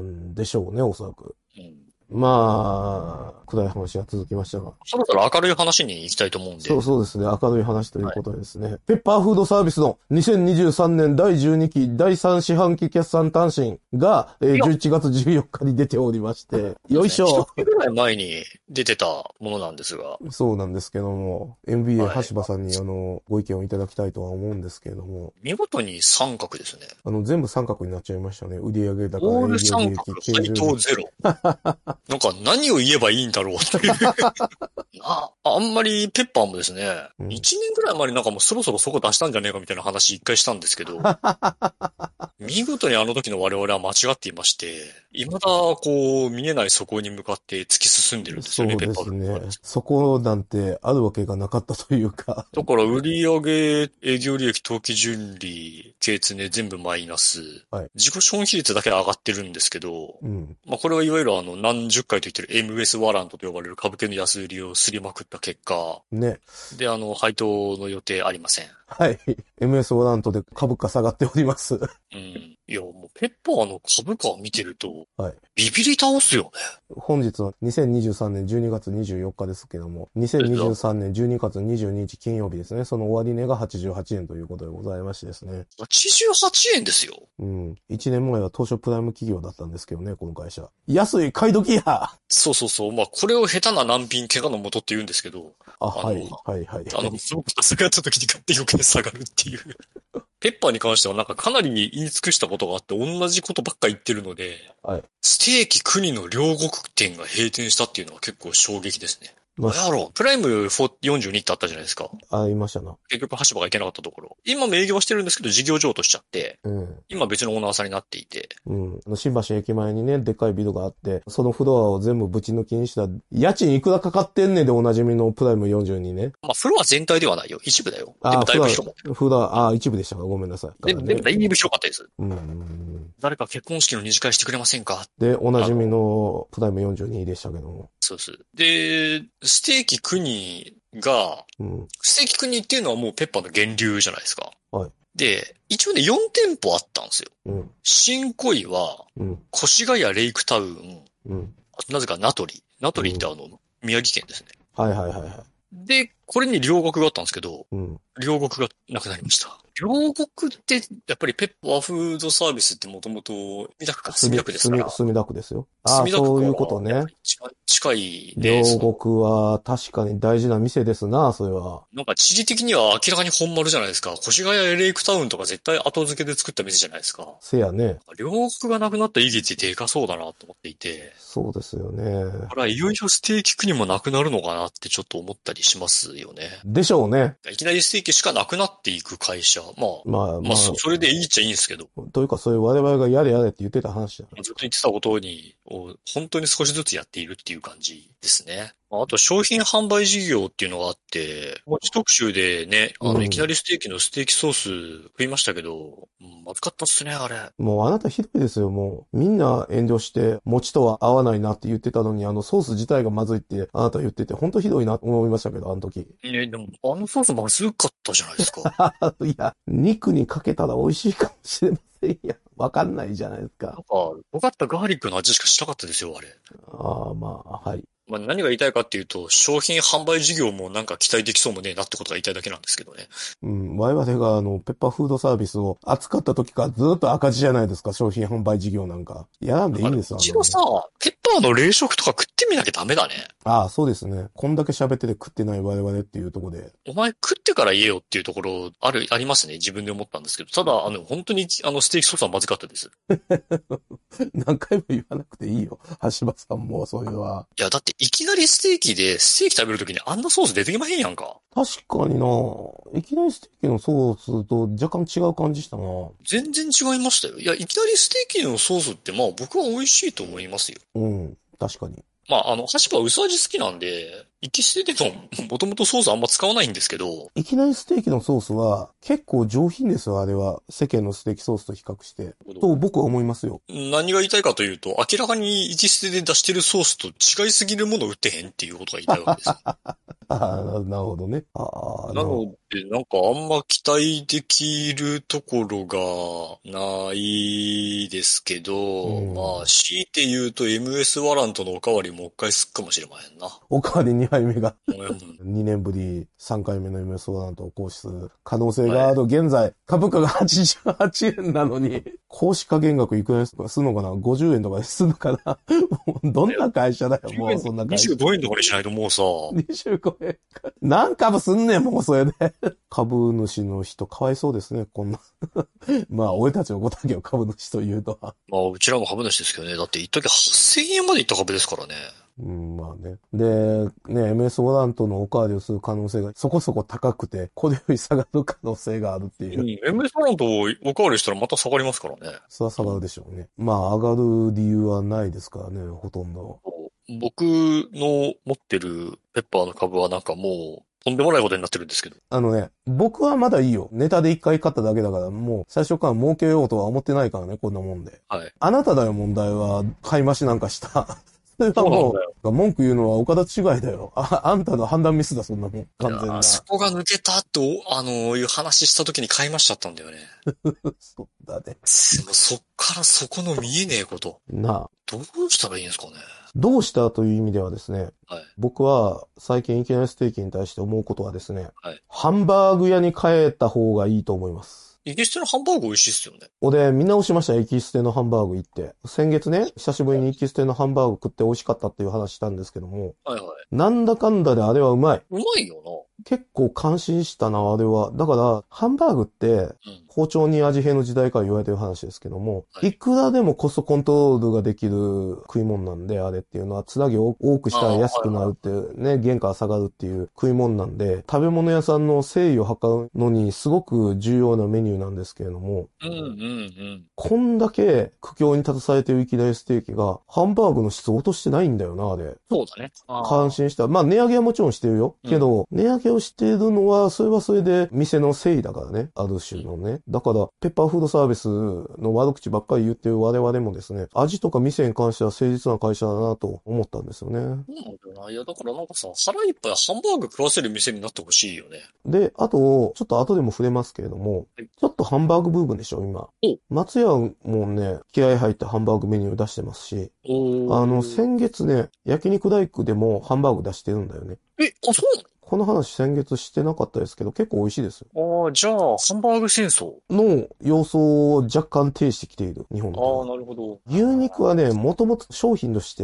S1: なんでしょうね、おそらく。
S2: は。うん。
S1: まあ、暗い話が続きましたが。
S2: そろそろ明るい話に行きたいと思うんで。
S1: そうそうですね、明るい話ということでですね。ペッパーフードサービスの2023年第12期第3四半期決算単身が、えー
S2: よっ
S1: 11月14日に出ておりま して、よいし
S2: 一
S1: ょ
S2: 月ぐらい前に出てたものなんですが、
S1: そうなんですけども、NBA
S2: はい
S1: 橋場さんにあの、ご意見をいただきたいとは思うんですけれども、
S2: 見事に三角ですね。
S1: あの、全部三角になっちゃいましたね。売上高、
S2: オール
S1: 営業利
S2: 三
S1: 益
S2: 角、
S1: 経
S2: 配
S1: 常利益
S2: 当 ゼロ。なんか何を言えばいいんだろうっていう。あ、あんまりペッパーもですね、
S1: うん
S2: 一年ぐらい前になんかもうそろそろそこ出したんじゃねえかみたいな話一回したんです けど、見事にあの時の我々は間違っていまして、未だこう見えないそこに向かって突き進んでるんです
S1: そ
S2: よ
S1: う
S2: ね、ペッ
S1: で
S2: パ
S1: す
S2: ー
S1: ね
S2: が。。
S1: そこなんてあるわけがなかったという か。
S2: だから、売上、営業利益、当期純利、経常ね、全部マイナス。
S1: はい
S2: 自己資本比率だけ上がってるんですけど、
S1: うん。
S2: まあ、これはいわゆるあの、何十回と言ってる MS ワラントと呼ばれる株券の安売りをすりまくった結果、
S1: ね。
S2: で、あの、配当の予定ありません。
S1: はい。MS オラントで株価下がっております。
S2: うん。いや、もう、ペッパーの株価を見てると、
S1: はい
S2: ビビり倒すよね。
S1: 本日は2023年12月24日ですけども、2023年12月22日金曜日ですね。その終値が88円ということでございましてですね。
S2: 88円ですよ。
S1: うん。1年前は当初プライム企業だったんですけどね、この会社。安い買い時やあ、
S2: そうそうそう。まあ、これを下手な難品、怪我のもとって言うんですけど、
S1: はい
S2: あ。
S1: はいはい。
S2: あの、すごく下がった時に買って余計下がるっていう。ペッパーに関してはなんかかなり言い尽くしたことがあって同じことばっか言ってるので、
S1: はい
S2: ステーキ国の両国店が閉店したっていうのは結構衝撃ですね。
S1: ま
S2: なんやろうプライム42ってあったじゃないですか。
S1: あ、ありましたな。
S2: 結局橋場が行けなかったところ。今も営業はしてるんですけど事業譲渡しちゃって、
S1: うん。
S2: 今別のオーナーさんになっていて、
S1: うん。あの新橋駅前にね、でっかいビルがあって、そのフロアを全部ぶち抜きにした、家賃いくらかかってんねんでおなじみのプライム42ね。
S2: まあフロア全体ではないよ。一部だよ。
S1: あー
S2: でもだいぶ広かった。
S1: フロア、あー一部でしたかごめんなさい。
S2: でもでもだいぶ広かったです。
S1: うんうんうん。
S2: 誰か結婚式の二次会してくれませんか
S1: で、おなじみのプライム42でしたけども。
S2: そうです。で、ステーキ国が、
S1: うん。
S2: ステーキ国っていうのはもうペッパーの源流じゃないですか。
S1: はい
S2: で、一応ね、4店舗あったんですよ。
S1: うん。
S2: 新恋は、
S1: うん。
S2: 越谷レイクタウン、
S1: うん。
S2: あとなぜか名取。名取ってあの、宮城県ですね。
S1: はいはいはいはい。
S2: で、これに両国があったんですけど、
S1: うん。
S2: 両国がなくなりました。両国って、やっぱりペッパーフードサービスってもともと、墨田区か、墨田区ですから。
S1: 墨田区ですよ。ああ、
S2: 墨田区か
S1: そ
S2: ら
S1: ういうことね。。
S2: 一番近いで、
S1: 両
S2: その
S1: 国は確かに大事な店ですな、それは。
S2: なんか地理的には明らかに本丸じゃないですか。越谷レイクタウンとか絶対後付けで作った店じゃないですか。
S1: せやね。
S2: 両国がなくなった意義ってでかそうだなと思っていて、
S1: そうですよね。
S2: これはいよいよステーキ国もなくなるのかなってちょっと思ったりしますよね。
S1: でしょうね。
S2: いきなりステーキしかなくなっていく会社。まあ、
S1: まあま
S2: ま
S1: あ
S2: あ、、そそれでいいっちゃいいんですけど、
S1: というか、そういう我々がやれやれって言ってた話だ。
S2: ずっと言ってたことに、お本当に少しずつやっているっていう感じですね。まああと商品販売事業っていうのがあって、もう一特集でね、あ
S1: う
S2: の、
S1: ん
S2: いきなりステーキのステーキソース食いましたけど、うん、まずかったっすね、あれ。
S1: もうあなたひどいですよ、もう。みんな遠慮して、餅とは合わないなって言ってたのに、あのソース自体がまずいって、あなた言ってて、ほんとひどいなと思いましたけど、あの時。
S2: ね、でも、あのソースまずかったじゃないです か。
S1: あいや、肉にかけたら美味しいかもしれませんや。わかんないじゃないです
S2: な
S1: か
S2: ん。か、良かったガーリックの味しかしなかったですよ、あれ。
S1: ああ、まあ、はい。
S2: まあ、何が言いたいかっていうと、商品販売事業もなんか期待できそうもねえなってことが言いたいだけなんですけどね。
S1: うん、我々があの、ペッパーフードサービスを扱った時からずっと赤字じゃないですか、商品販売事業なんか。やらんでいいんですよ、
S2: 一
S1: あんなの
S2: 度さ、ペッパーの冷食とか食ってみなきゃダメだね。
S1: ああ、そうですね。こんだけ喋ってて食ってない我々っていうところで。
S2: お前食ってから言えよっていうところ、ある、ありますね。自分で思ったんですけど。ただ、あの、本当に、あの、ステーキソースはまずかったです。
S1: 何回も言わなくていいよ。橋場さんも、それは。
S2: いや、だって、いきなりステーキで、ステーキ食べるときにあんなソース出てきまへんやんか。
S1: 確かにな、いきなりステーキのソースと若干違う感じしたな。
S2: 全然違いましたよ。いや、いきなりステーキのソースって、まあ、僕は美味しいと思いますよ。
S1: うん、確かに。
S2: まあ、あの、橋場は薄味好きなんで、生き捨てでも、 もともとソースあんま使わないんですけど、
S1: いきなりステーキのソースは結構上品ですよ、あれは。世間のステーキソースと比較して。と僕は思いますよ。
S2: 何が言いたいかというと、明らかに生き捨てで出してるソースと違いすぎるものを売ってへんっていうことが言いたいわけです。
S1: あ あ、なるほどね。ああ、
S2: な
S1: るほど
S2: ので、なんかあんま期待できるところがないですけど、
S1: うん
S2: まあ、強いて言うと MS ワラントのおかわりもう一回すっかもしれまへん な。
S1: おかわり2杯目が。
S2: うん
S1: 2年ぶり3回目の MS ワラントを行使する可能性がある。現在、株価が88円なのに、行使加減額いくらでするのかな ?50 円とかでするのかな もうどんな会社だよ、もうそんな会社。
S2: 25円とかにしないともうさ、
S1: 25円か。何株すんねん、もうそれで。株主の人、かわいそうですね、こんな。 まあ、俺たちのことだけを株主というとは。
S2: まあ、うちらも株主ですけどね。だって一時8000円までいった株ですからね。
S1: うん、まあね。で、ね、MS ワラントのおかわりをする可能性がそこそこ高くて、これより下がる可能性があるっていう
S2: う。ん、MS ワラントをおかわりしたらまた下がりますからね。
S1: それは下がるでしょうね。まあ、上がる理由はないですからね、ほとんど。
S2: 僕の持ってるペッパーの株はなんかもう、とんでもないことになってるんですけど。
S1: あのね、僕はまだいいよ。ネタで一回買っただけだから、もう最初から儲けようとは思ってないからね、こんなもんで。
S2: はい。
S1: あなただよ、問題は。買い増しなんかした。 それは
S2: そうなん
S1: も
S2: だよ
S1: う、文句言うのは岡田違いだよ。あ、あんたの判断ミスだ、そんなもん。完全
S2: いやー
S1: な。
S2: そこが抜けたと、あのーいう話した時に買いましちゃったんだよね。
S1: そうだね。
S2: でもそっからそこの見えねえこと。
S1: なあ。
S2: どうしたらいいんですかね。
S1: どうしたという意味ではですね、
S2: はい
S1: 僕は最近いきなりステーキに対して思うことはですね、
S2: はい
S1: ハンバーグ屋に変えた方がいいと思います。
S2: イギリスのハンバーグ美味しいっすよね。
S1: 俺、見直しました、エキステのハンバーグ行って。先月ね、久しぶりにエキステのハンバーグ食って美味しかったっていう話したんですけども、
S2: はいはい。
S1: なんだかんだであれはうまい。
S2: うまいよ
S1: 結構感心したな、あれは。だから、ハンバーグって、
S2: うん。
S1: 包丁に味変の時代から言われてる話ですけども、
S2: はい
S1: いくらでもコストコントロールができる食い物なんで、あれっていうのは、つなぎを多くしたら安くなるっていうね、原価が下がるっていう食い物なんで、食べ物屋さんの誠意を測るのにすごく重要なメニューなんですけれども、
S2: うんうんうん。
S1: こんだけ苦境に立たされてるいきなりステーキが、ハンバーグの質を落としてないんだよな、あれ。
S2: そうだね。あー
S1: 感心した。まあ、値上げはもちろんしてるよ。けど、値上げをしてるのは、それはそれで店の誠意だからね。ある種のね。だから、ペッパーフードサービスの悪口ばっかり言ってる我々もですね、味とか店に関しては誠実な会社だなと思ったんですよね。
S2: そうなんだよな。いや、だからなんかさ、腹いっぱいハンバーグ食わせる店になってほしいよね。
S1: で、あと、ちょっと後でも触れますけれども
S2: はい、
S1: ちょっとハンバーグブームでしょ、今
S2: お。
S1: 松屋もね、気合入ったハンバーグメニュー出してますし、
S2: お
S1: あの、先月ね、焼肉大工でもハンバーグ出してるんだよね。
S2: え、あ、そう
S1: この話先月してなかったですけど、結構美味しいですよ
S2: なのああ、じゃあ、ハンバーグ戦争。
S1: の様相を若干呈してきている、日本で
S2: ああ、
S1: は。
S2: なるほど。
S1: 牛肉はね、もともと商品として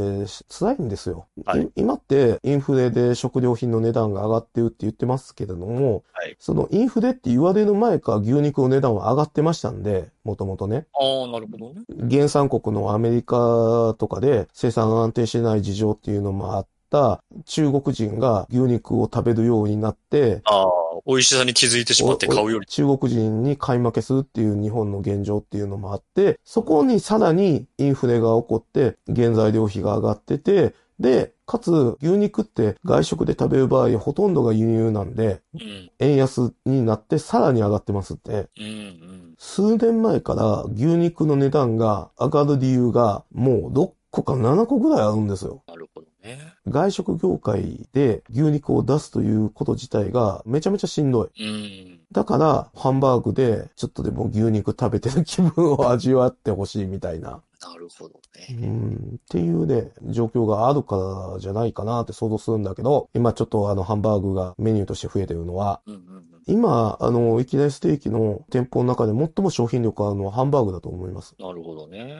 S1: 辛いんですよ。
S2: はい
S1: い今ってインフレで食料品の値段が上がってるって言ってますけれども、
S2: はい
S1: そのインフレって言われる前から牛肉の値段は上がってましたんで、もともとね。
S2: ああ、なるほどね。
S1: 原産国のアメリカとかで生産が安定してない事情っていうのもあった、中国人が牛肉を食べるようになって、
S2: ああ、美味しさに気づいてしまって買うより。
S1: 中国人に買い負けするっていう日本の現状っていうのもあって、そこにさらにインフレが起こって、原材料費が上がってて、で、かつ牛肉って外食で食べる場合ほとんどが輸入なんで、
S2: うん。
S1: 円安になってさらに上がってますって。
S2: うん、うん。
S1: 数年前から牛肉の値段が上がる理由がもう6個か7個ぐらいあるんですよ。
S2: なるほどね。
S1: 外食業界で牛肉を出すということ自体がめちゃめちゃしんどい。
S2: うん。
S1: だから、ハンバーグで、ちょっとでも牛肉食べてる気分を味わってほしいみたいな、
S2: なるほど
S1: う
S2: ね。
S1: ん、っていうね、状況があるからじゃないかなって想像するんだけど、今ちょっとあの、ハンバーグがメニューとして増えてるのは、
S2: うんうんうん。
S1: 今、あの、いきなりステーキの店舗の中で最も商品力あるのはハンバーグだと思います。
S2: なるほどね。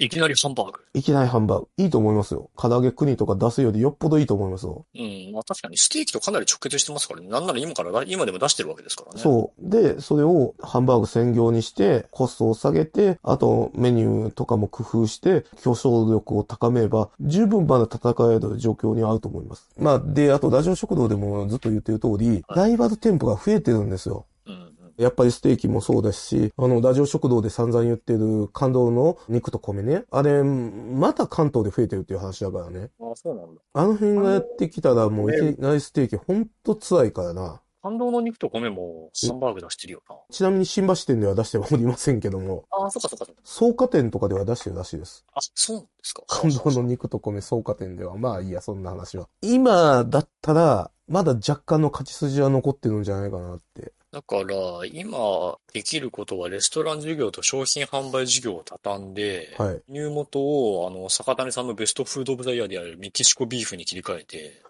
S2: いきなりハンバーグ。
S1: いきなりハンバーグ。いいと思いますよ。唐揚げ国とか出すよりよっぽどいいと思いますよ。
S2: うん。まあ確かにステーキとかなり直結してますからね。なんなら今から、今でも出してるわけですからね。う。
S1: そう。で、それをハンバーグ専業にして、コストを下げて、あとメニューとかも工夫して、競争力を高めれば、十分まだ戦える状況にあると思います。まあ、で、あとラジオ食堂でもずっと言ってる通り、
S2: はい
S1: ライバル店舗が増えてるんですよ。
S2: うんうん。
S1: やっぱりステーキもそうですし、あの、ラジオ食堂で散々言ってる感動の肉と米ね。あれ、また関東で増えてるっていう話だからね。
S2: ああ、そうなんだ。
S1: あの辺がやってきたらもういきなりステーキほんと辛いからな。
S2: 感動の肉と米もハンバーグ出してるよな。
S1: ちなみに新橋店では出してはおりませんけども、
S2: ああ、そっかそっかそっか。
S1: 草加店とかでは出してるらしいです。
S2: あ、そうなんですか。
S1: 感動の肉と米草加店では。まあいいや、そんな話は。今だったら、まだ若干の勝ち筋は残ってるんじゃないかなって。
S2: だから、今できることはレストラン事業と商品販売事業を畳んで、
S1: はい。
S2: 入元を、あの、坂谷さんのベストフードオブザイヤーであるメキシコビーフに切り替えて、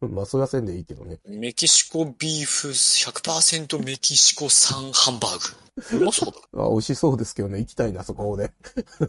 S1: まあ、そりゃせんでいいけどね。
S2: メキシコビーフ100%メキシコ産ハンバーグ。うまそう
S1: あ、美味しそうですけどね。行きたいな、そこで。
S2: だ。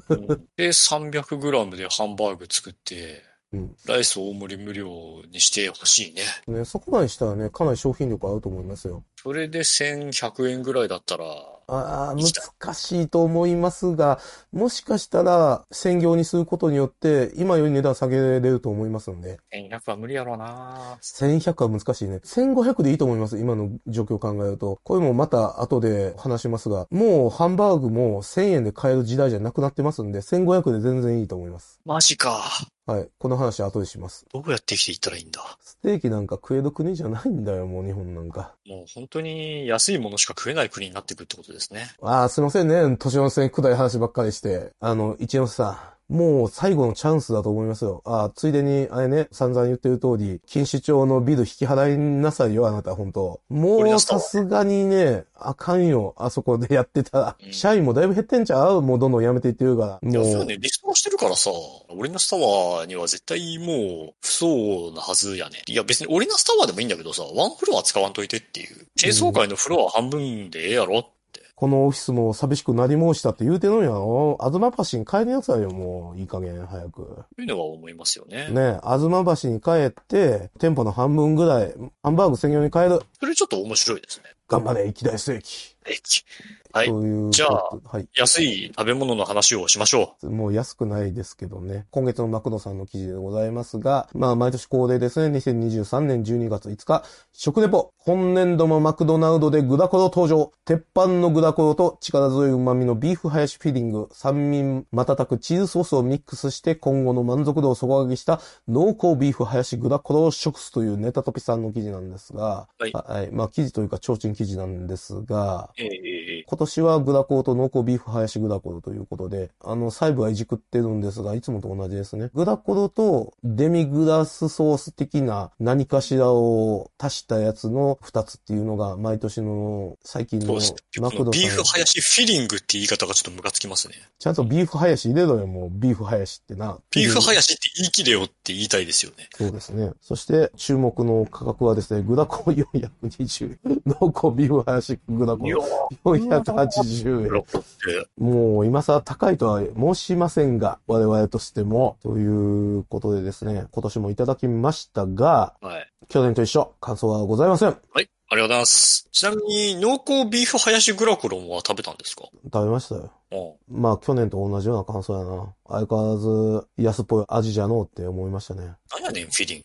S2: うん で、300g でハンバーグ作って、
S1: うん
S2: ライス大盛り無料にしてほしいね。
S1: ね、そこまでしたらね、かなり商品力あると思いますよ。
S2: それで1100円ぐらいだったら、
S1: ああ、
S2: 行きたい
S1: 難しいと思いますが、もしかしたら、専業にすることによって、今より値段下げれると思いますので、
S2: 1100は無理やろうな
S1: 1100は難しいね。1500でいいと思います。今の状況を考えると。これもまた後で話しますが、もうハンバーグも1000円で買える時代じゃなくなってますんで、1500で全然いいと思います。
S2: マジか。
S1: はい。この話後でします。
S2: どうやって生きていったらいいんだ。
S1: ステーキなんか食える国じゃないんだよ、もう日本なんか。
S2: もう本当に安いものしか食えない国になってくるってことですね。
S1: ああ、すいませんね。年の瀬にくだい話ばっかりして。あの、一ノ瀬さん。もう最後のチャンスだと思いますよ。ああ、ついでに、あれね、散々言ってる通り、錦糸町のビル引き払いなさいよ、あなた、本当も
S2: 掘り出
S1: う
S2: したわ
S1: さすがにね、あかんよ、あそこでやってたら
S2: う。ん
S1: 社員もだいぶ減ってんちゃうもうどんどんやめていってるから。
S2: いや、
S1: も
S2: そうよ
S1: う、
S2: ね。リストラしてるからさ、オリナスタワーには絶対もう不相応なはずやね。いや別にオリナスタワーでもいいんだけどさ、ワンフロア使わんといてっていう。低層階のフロア半分でええやろ
S1: このオフィスも寂しくなり申したって言うてんのやろ。あずま橋に帰りなさいよ、もう。いい加減、早く。
S2: というのは思いますよね。
S1: ねあずま橋に帰って、店舗の半分ぐらい、ハンバーグ専用に変える。
S2: それちょっと面白いですね。
S1: 頑張れ、生き大世紀。
S2: えきはい
S1: という。
S2: じゃあ、
S1: はい。
S2: 安い食べ物の話をしましょ
S1: もう安くないですけどね。今月のマクドさんの記事でございますが、まあ毎年恒例ですね。2023年12月5日、食レポ。今年度もマクドナルドでグダコロ登場。鉄板のグダコロと力強い旨味のビーフハヤシフィリング、酸味瞬くチーズソースをミックスして今後の満足度を底上げした濃厚ビーフハヤシグダコロを食すというネタトピさんの記事なんですが、
S2: はい
S1: はい。まあ記事というか提灯記事なんですが、
S2: う。ええ
S1: 今年はグダコーと濃厚ビーフハヤシグダコロということで、あの、細部はいじくってるんですが、いつもと同じですね。グダコロとデミグラスソース的な何かしらを足したやつの二つっていうのが、毎年の最近
S2: そ
S1: の
S2: うですね
S1: マクドさ
S2: ビーフ
S1: ん。
S2: ハヤシフィリングって言い方がちょっとムカつきますね。
S1: ちゃんとビーフハヤシ入れろよ、もう。ビーフハヤシってな。
S2: ビーフハヤシって言い切れよって言いたいですよね。
S1: そうですね。そして、注目の価格はですね、グダコロ420、濃 厚ビーフハヤシグダコ
S2: いや
S1: ロ480円。もう今更高いとは申しませんが、我々としても、ということでですね、今年もいただきましたが、
S2: はい。
S1: 去年と一緒、感想はございません。
S2: はい。ありがとうございます。ちなみに、濃厚ビーフハヤシグラコロンは食べたんですか
S1: 食べましたよ。
S2: うん。
S1: まあ去年と同じような感想やな。相変わらず安っぽい味じゃのうって思いましたね。
S2: 何やねん、フィリン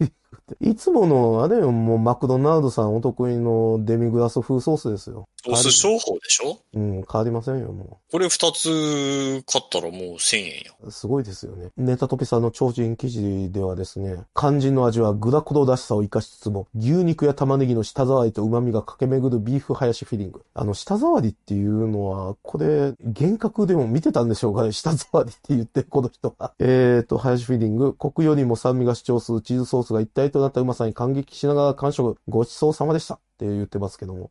S2: グって。
S1: いつもの、あれよ、もうマクドナルドさんお得意のデミグラス風ソースですよ。
S2: お酢商法でしょ
S1: うん、変わりませんよ、も
S2: これ二つ買ったらもう千円や。
S1: う。すごいですよね。ネタトピさんの超人記事ではですね、肝心の味はグダコロらしさを生かしつつも、牛肉や玉ねぎの舌触りと旨味が駆け巡るビーフハヤシフィリング。あの、舌触りっていうのは、これ、幻覚でも見てたんでしょうかね舌触りって言って、この人は。 えーと、ハヤシフィリング。コクよりも酸味が主張するチーズソースが一体となったうまさに感激しながら完食。ごちそうさまでした。って言ってますけども。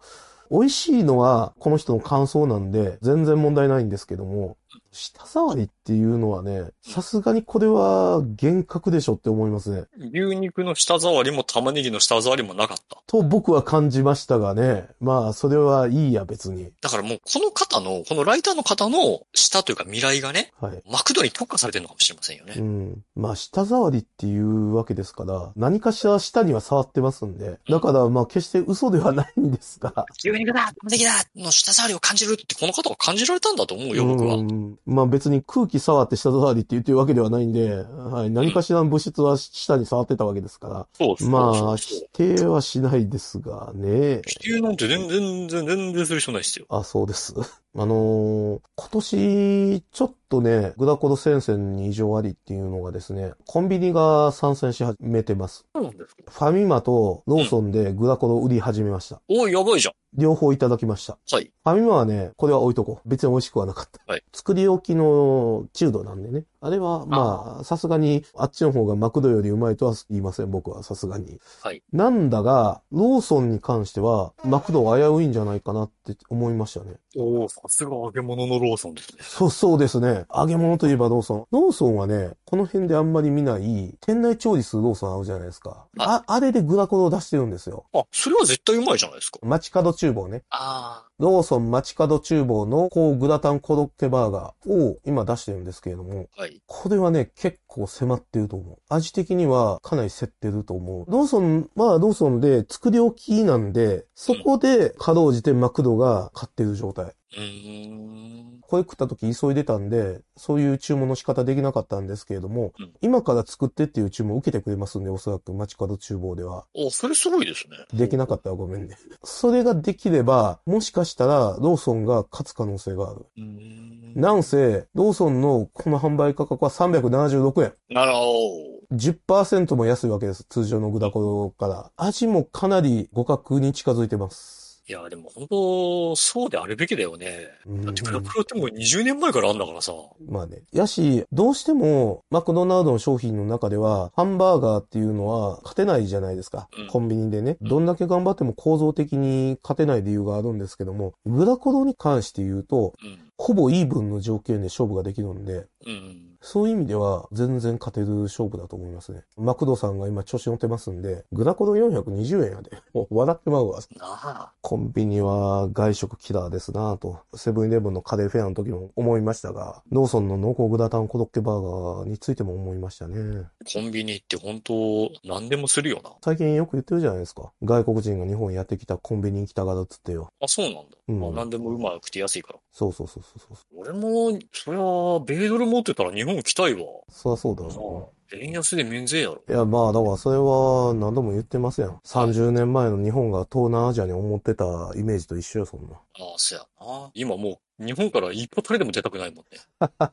S1: 美味しいのは、この人の感想なんで、全然問題ないんですけども、舌触りっていうのはね、さすがにこれは幻覚でしょって思いますね。
S2: 牛肉の舌触りも玉ねぎの舌触りもなかった。
S1: と僕は感じましたがね。まあ、それはいいや、別に。
S2: だからもうこの方の、このライターの方の舌というか未来がね、
S1: はい。
S2: マクドに特化されてるのかもしれませんよね。
S1: うん。まあ、舌触りっていうわけですから、何かしら舌には触ってますんで。だから、まあ、決して嘘ではないんですが。
S2: 牛肉だ玉ねぎだの舌触りを感じるってこの方が感じられたんだと思うよ、僕は。
S1: うん。まあ別に空気触って舌触りって言ってるわけではないんで、はい、何かしらの物質は舌に触ってたわけですから、
S2: そうそう
S1: ま
S2: そ
S1: あ、
S2: うそう
S1: 否定はしないですがね。
S2: 地球なんて全然、全然、全然する人ないですよ。
S1: あ、そうです。 あのー今年、ちょっとね、グダコロ戦線に異常ありっていうのがですね、コンビニが参戦し始めてます。
S2: そうなんですか
S1: ファミマとローソンでグダコロ売り始めました。
S2: おい、やばいじゃん。
S1: 両方いただきました。
S2: はい。
S1: ファミマはね、これは置いとこう。別に美味しくはなかった。
S2: はい
S1: 作り置きの中度なんでね。あれは、まあ、さすがに、あっちの方がマクドよりうまいとは言いません、僕は、さすがに。
S2: はい
S1: なんだが、ローソンに関しては、マクド危ういんじゃないかなって思いましたね。
S2: おおさすが揚げ物のローソンですね。
S1: そう、そうですね。揚げ物といえばローソン。ローソンはね、この辺であんまり見ない、店内調理するローソンあるじゃないですか。あ、あれでグラコロを出してるんですよ。
S2: あ、それは絶対うまいじゃないですか。
S1: 街角厨房ね。
S2: あ
S1: ローソン街角厨房の高グラタンコロッケバーガーを今出してるんですけれども、
S2: あ。はい。
S1: これはね、結構迫ってると思う。味的にはかなり競ってると思う。ローソンはローソンで作り置きなんで、そこでかろうじてマクドが買ってる状態。
S2: うーん。
S1: これ食った時急いでたんで、そういう注文の仕方できなかったんですけれども、
S2: うん
S1: 今から作ってっていう注文を受けてくれますんで、おそらく街角厨房では。
S2: おそれすごいですね。
S1: できなかったらごめんね。それができれば、もしかしたらローソンが勝つ可能性がある。
S2: うーん。
S1: なんせ、ローソンのこの販売価格は376円。
S2: なるほ
S1: 10%も安いわけです。通常のグダコロから。味もかなり互角に近づいてます。
S2: ど。いや、でも本当、そうであるべきだよね。
S1: うん
S2: だってグラプロってもう20年前からあんだからさ。
S1: まあね。やし、どうしても、マクドナルドの商品の中では、ハンバーガーっていうのは勝てないじゃないですか
S2: うん。
S1: コンビニでね。
S2: うん
S1: どんだけ頑張っても構造的に勝てない理由があるんですけども、グダコロに関して言うと、
S2: うん。
S1: ほぼイーブンの条件で勝負ができるんで、
S2: うん。
S1: そういう意味では全然勝てる勝負だと思いますね。マクドさんが今調子乗ってますんで、グラコド420円やで。もう笑ってまうわ。
S2: なあ。
S1: コンビニは外食キラーですなぁと、セブンイレブンのカレーフェアの時も思いましたが、ローソンの濃厚グラタンコロッケバーガーについても思いましたね。
S2: コンビニって本当、何でもするよな。
S1: 最近よく言ってるじゃないですか。外国人が日本やってきたコンビニ行きたがるっつってよ。
S2: あ、そうなんだ。
S1: うん
S2: まあ、何でもうまくて安いから。
S1: そうそうそうそうそう。
S2: 俺も、そりゃ、米ドル持ってたら日本来たいわ。
S1: そりゃそうだ
S2: な
S1: ろ
S2: あ円安で免税やろ。
S1: うな。いや、まあ、だからそれは何度も言ってますやん。30年前の日本が東南アジアに思ってたイメージと一緒よ、そんな。
S2: ああ、そやな。今もう、日本から一歩たりでも出たくないもんね。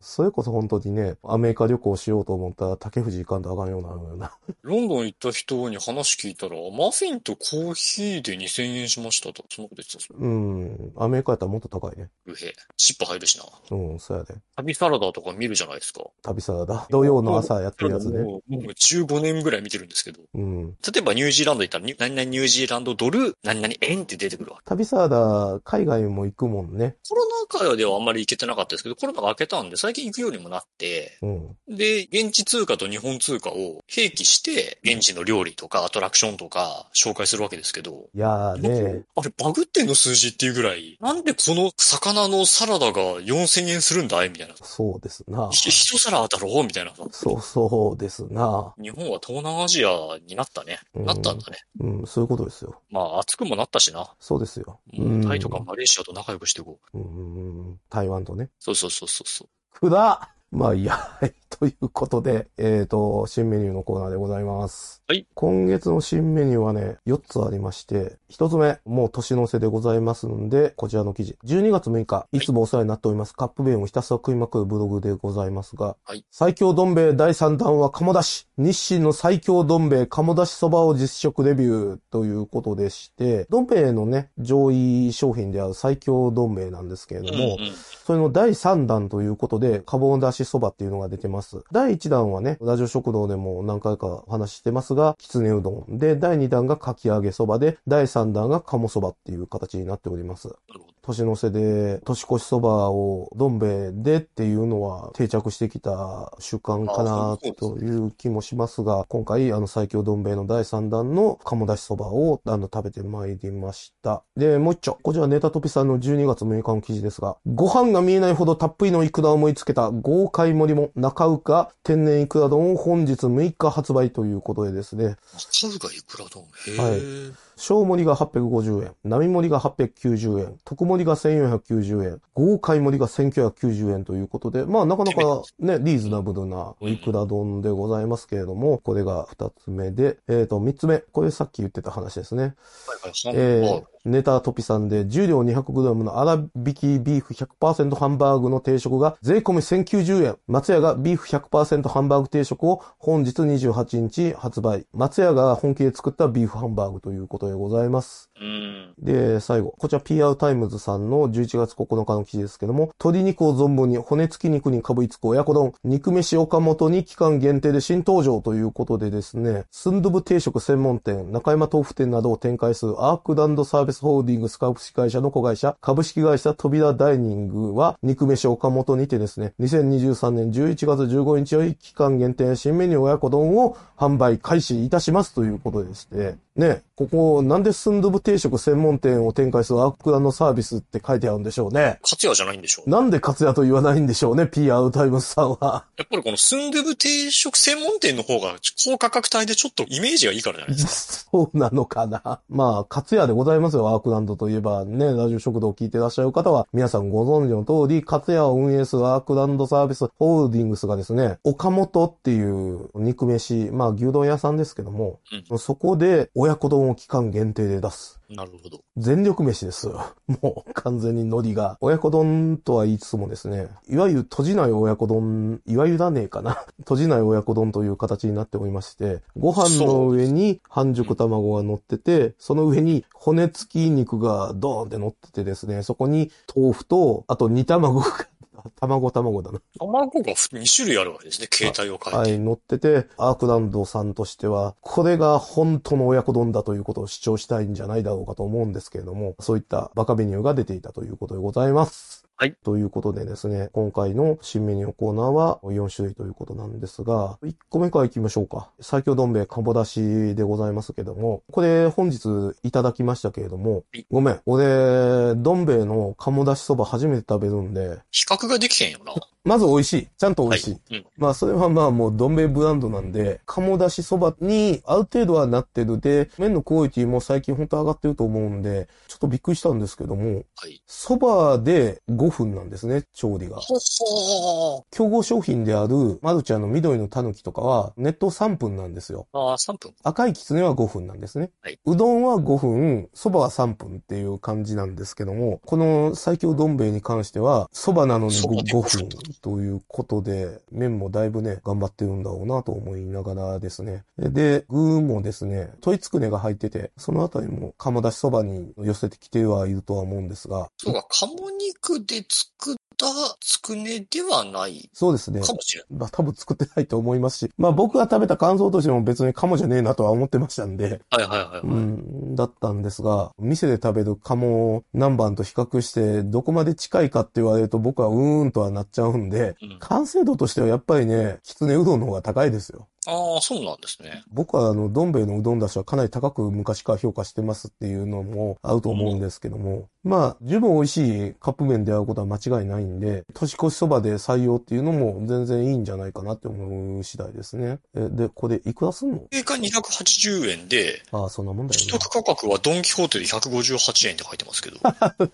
S1: それこそ本当にね、アメリカ旅行しようと思ったら竹藤行かんとあかんようになるのよな。
S2: ロンドン行った人に話聞いたら、マフィンとコーヒーで2000円しましたと。そんなこと言ってたぞ。
S1: うん。アメリカやったらもっと高いね。
S2: うへ。チップ入るしな。
S1: うん、そうやで。
S2: 旅サラダとか見るじゃないですか。
S1: 旅サラダ。土曜の朝やってるやつね。
S2: もう、もう15年ぐらい見てるんですけど。
S1: うん。
S2: 例えばニュージーランド行ったら、ニュ何々ニュージーランドドル、何々円って出てくるわ。
S1: 旅サラダ、海外も行くもんね。
S2: コロナ禍ではあんまり行けてなかったですけど、コロナが明けたんで、最近行くようにもなって、
S1: うん。
S2: で、現地通貨と日本通貨を併記して、現地の料理とかアトラクションとか紹介するわけですけど、
S1: いやーね。
S2: あれバグってんの数字っていうぐらい、なんでこの魚のサラダが4000円するんだいみたいな。
S1: そうですな。
S2: ひ一皿だろうみたいな。
S1: そうそうですな。
S2: 日本は東南アジアになったね。
S1: うん
S2: なったんだね。
S1: うん、そういうことですよ。
S2: まあ、暑くもなったしな。
S1: そうですよ。
S2: もうタイとか
S1: も。
S2: マレーシアと仲良くしていこう。
S1: うんうんうん、台湾とね。
S2: そうそうそうそうそう。
S1: くだまあ、いいや、はい。ということで、えっ、と、新メニューのコーナーでございます。
S2: はい。
S1: 今月の新メニューはね、4つありまして、1つ目、もう年の瀬でございますんで、こちらの記事。12月6日、いつもお世話になっております、カップ麺をひたすら食いまくるブログでございますが、
S2: はい
S1: 最強どん兵衛第3弾は鴨出し。日清の最強どん兵衛鴨出しそばを実食レビューということでして、どん兵衛のね、上位商品である最強どん兵衛なんですけれども、
S2: うんうん
S1: それの第3弾ということで、カボン出しそばっていうのが出てます。第1弾はね、ラジオ食堂でも何回かお話ししてますが、きつねうどん。で、第2弾がかき揚げそばで、第3弾が鴨そばっていう形になっております。
S2: なるほど。
S1: 年の瀬で、年越しそばをどん兵衛でっていうのは定着してきた習慣か
S2: あ
S1: な
S2: そうそう
S1: という気もしますが、今回、あの、最強どん兵衛の第3弾の鴨出しそばを、あの、食べてまいりました。で、もう一丁。こちらネタトピさんの12月6日の記事ですが、ご飯が見えないほどたっぷりのイクラを盛り付けた豪快盛りも中岡天然イクラ丼を本日6日発売ということでですね、
S2: 数がいくら丼へえ。
S1: は小盛りが850円、並盛りが890円、特盛りが1490円、豪快盛りが1990円ということで、まあなかなかね、リーズナブルな
S2: うん
S1: いくら丼でございますけれども、これが二つ目で、えっ、と、三つ目、これさっき言ってた話ですね。
S2: はいはい
S1: え
S2: は
S1: ーネタトピさんで、重量 200g の粗挽きビーフ100%ハンバーグの定食が税込み1090円。松屋がビーフ100%ハンバーグ定食を本日28日発売。松屋が本気で作ったビーフハンバーグということでございます。
S2: いうん。
S1: で、最後。こちら PR タイムズさんの11月9日の記事ですけども、鶏肉を存分に骨付き肉にかぶりつく親子丼、肉飯岡本に期間限定で新登場ということでですね、スンドゥブ定食専門店、中山豆腐店などを展開するアークランドサービスホールディングス株式会社の子会社、株式会社扉ダイニングは、肉飯岡本にてですね、2023年11月15日より期間限定新メニュー親子丼を販売開始いたしますということでして、ね、ここ、なんでスンドゥブ定食専門店を展開するアークラのサービスって書いてあるんでしょうね。
S2: 勝也じゃないんでしょう。
S1: なんでカツヤと言わないんでしょうね、PR タイムズさんは。
S2: やっぱりこのスンドゥブ定食専門店の方が高価格帯でちょっとイメージがいいからじゃないですか。
S1: そうなのかな。まあ、カツヤでございますよ、アークランドといえば。ね、ラジオ食堂を聞いてらっしゃる方は、皆さんご存知の通り、カツヤを運営するアークランドサービスホールディングスがですね、岡本っていう肉飯、まあ、牛丼屋さんですけども、そこで親子丼を期間限定で出す。
S2: なるほど。
S1: 全力飯です。 もう完全に海苔が。親子丼とは言いつつもですね、いわゆる閉じない親子丼、いわゆらねえかな。 閉じない親子丼という形になっておりまして、ご飯の上に半熟卵が乗ってて、その上に骨付き肉がドーンって乗っててですね、そこに豆腐と、あと煮卵が、 卵卵だな。
S2: 卵が2種類あるわけですね。携帯を変え
S1: は
S2: て。
S1: い、乗ってて、アークランドさんとしては、これが本当の親子丼だということを主張したいんじゃないだろうかと思うんですけれども、そういったバカメニューが出ていたということでございます。
S2: はい。
S1: ということでですね、今回の新メニューコーナーは4種類ということなんですが、1個目から行きましょうか。最強どん兵衛かぼだしでございますけども、これ本日いただきましたけれども
S2: はい、
S1: ごめん、俺、どん兵衛のかぼだしそば初めて食べるんで、
S2: 比較ができへんよな。
S1: まず美味しい。ちゃんと美味しい。
S2: はい。うん。
S1: まあ、それはまあもう、どん兵衛ブランドなんで、鴨だしそばに、ある程度はなってるで、麺のクオリティも最近本当上がってると思うんで、ちょっとびっくりしたんですけども、
S2: はい。
S1: そばで5分なんですね、調理が。
S2: ほほ
S1: 競合商品である、マルちゃんの緑のタヌキとかは、ネット3分なんですよ。
S2: ー。ああ、3分。
S1: 赤いキツネは5分なんですね。
S2: はいう
S1: どんは5分、蕎麦は3分っていう感じなんですけども、この最強どん兵衛に関しては、蕎麦なのに
S2: 蕎麦で
S1: 5,
S2: 5
S1: 分ということで、麺もだいぶね、頑張ってるんだろうなと思いながらですね。で、具もですね、鶏つくねが入ってて、そのあたりも釜出し蕎麦に寄せてきてはいるとは思うんですが、
S2: そうか、鴨肉で作ったつくねではない
S1: そうですね。
S2: かもしれない。
S1: まあ多分作ってないと思いますし、まあ僕が食べた感想としても別に鴨じゃねえなとは思ってましたんで、
S2: はいはいはいはい。
S1: うん、だったんですが、店で食べる鴨を南蛮と比較して、どこまで近いかって言われると僕はうーんとはなっちゃうんで、
S2: うん
S1: 完成度としてはやっぱりね、きつねうどんの方が高いですよ。
S2: ああ、そうなんですね。
S1: 僕はあの、どん兵衛のうどんだしはかなり高く昔から評価してますっていうのも合うと思うんですけども、まあ、十分美味しいカップ麺であることは間違いないんで、年越しそばで採用っていうのも全然いいんじゃないかなって思う次第ですね。えで、これいくらすんの
S2: 定価280円で、
S1: ああ、そんなもんだよ
S2: 取
S1: ね
S2: 得。価格はドンキホーテで158円って書いてますけど。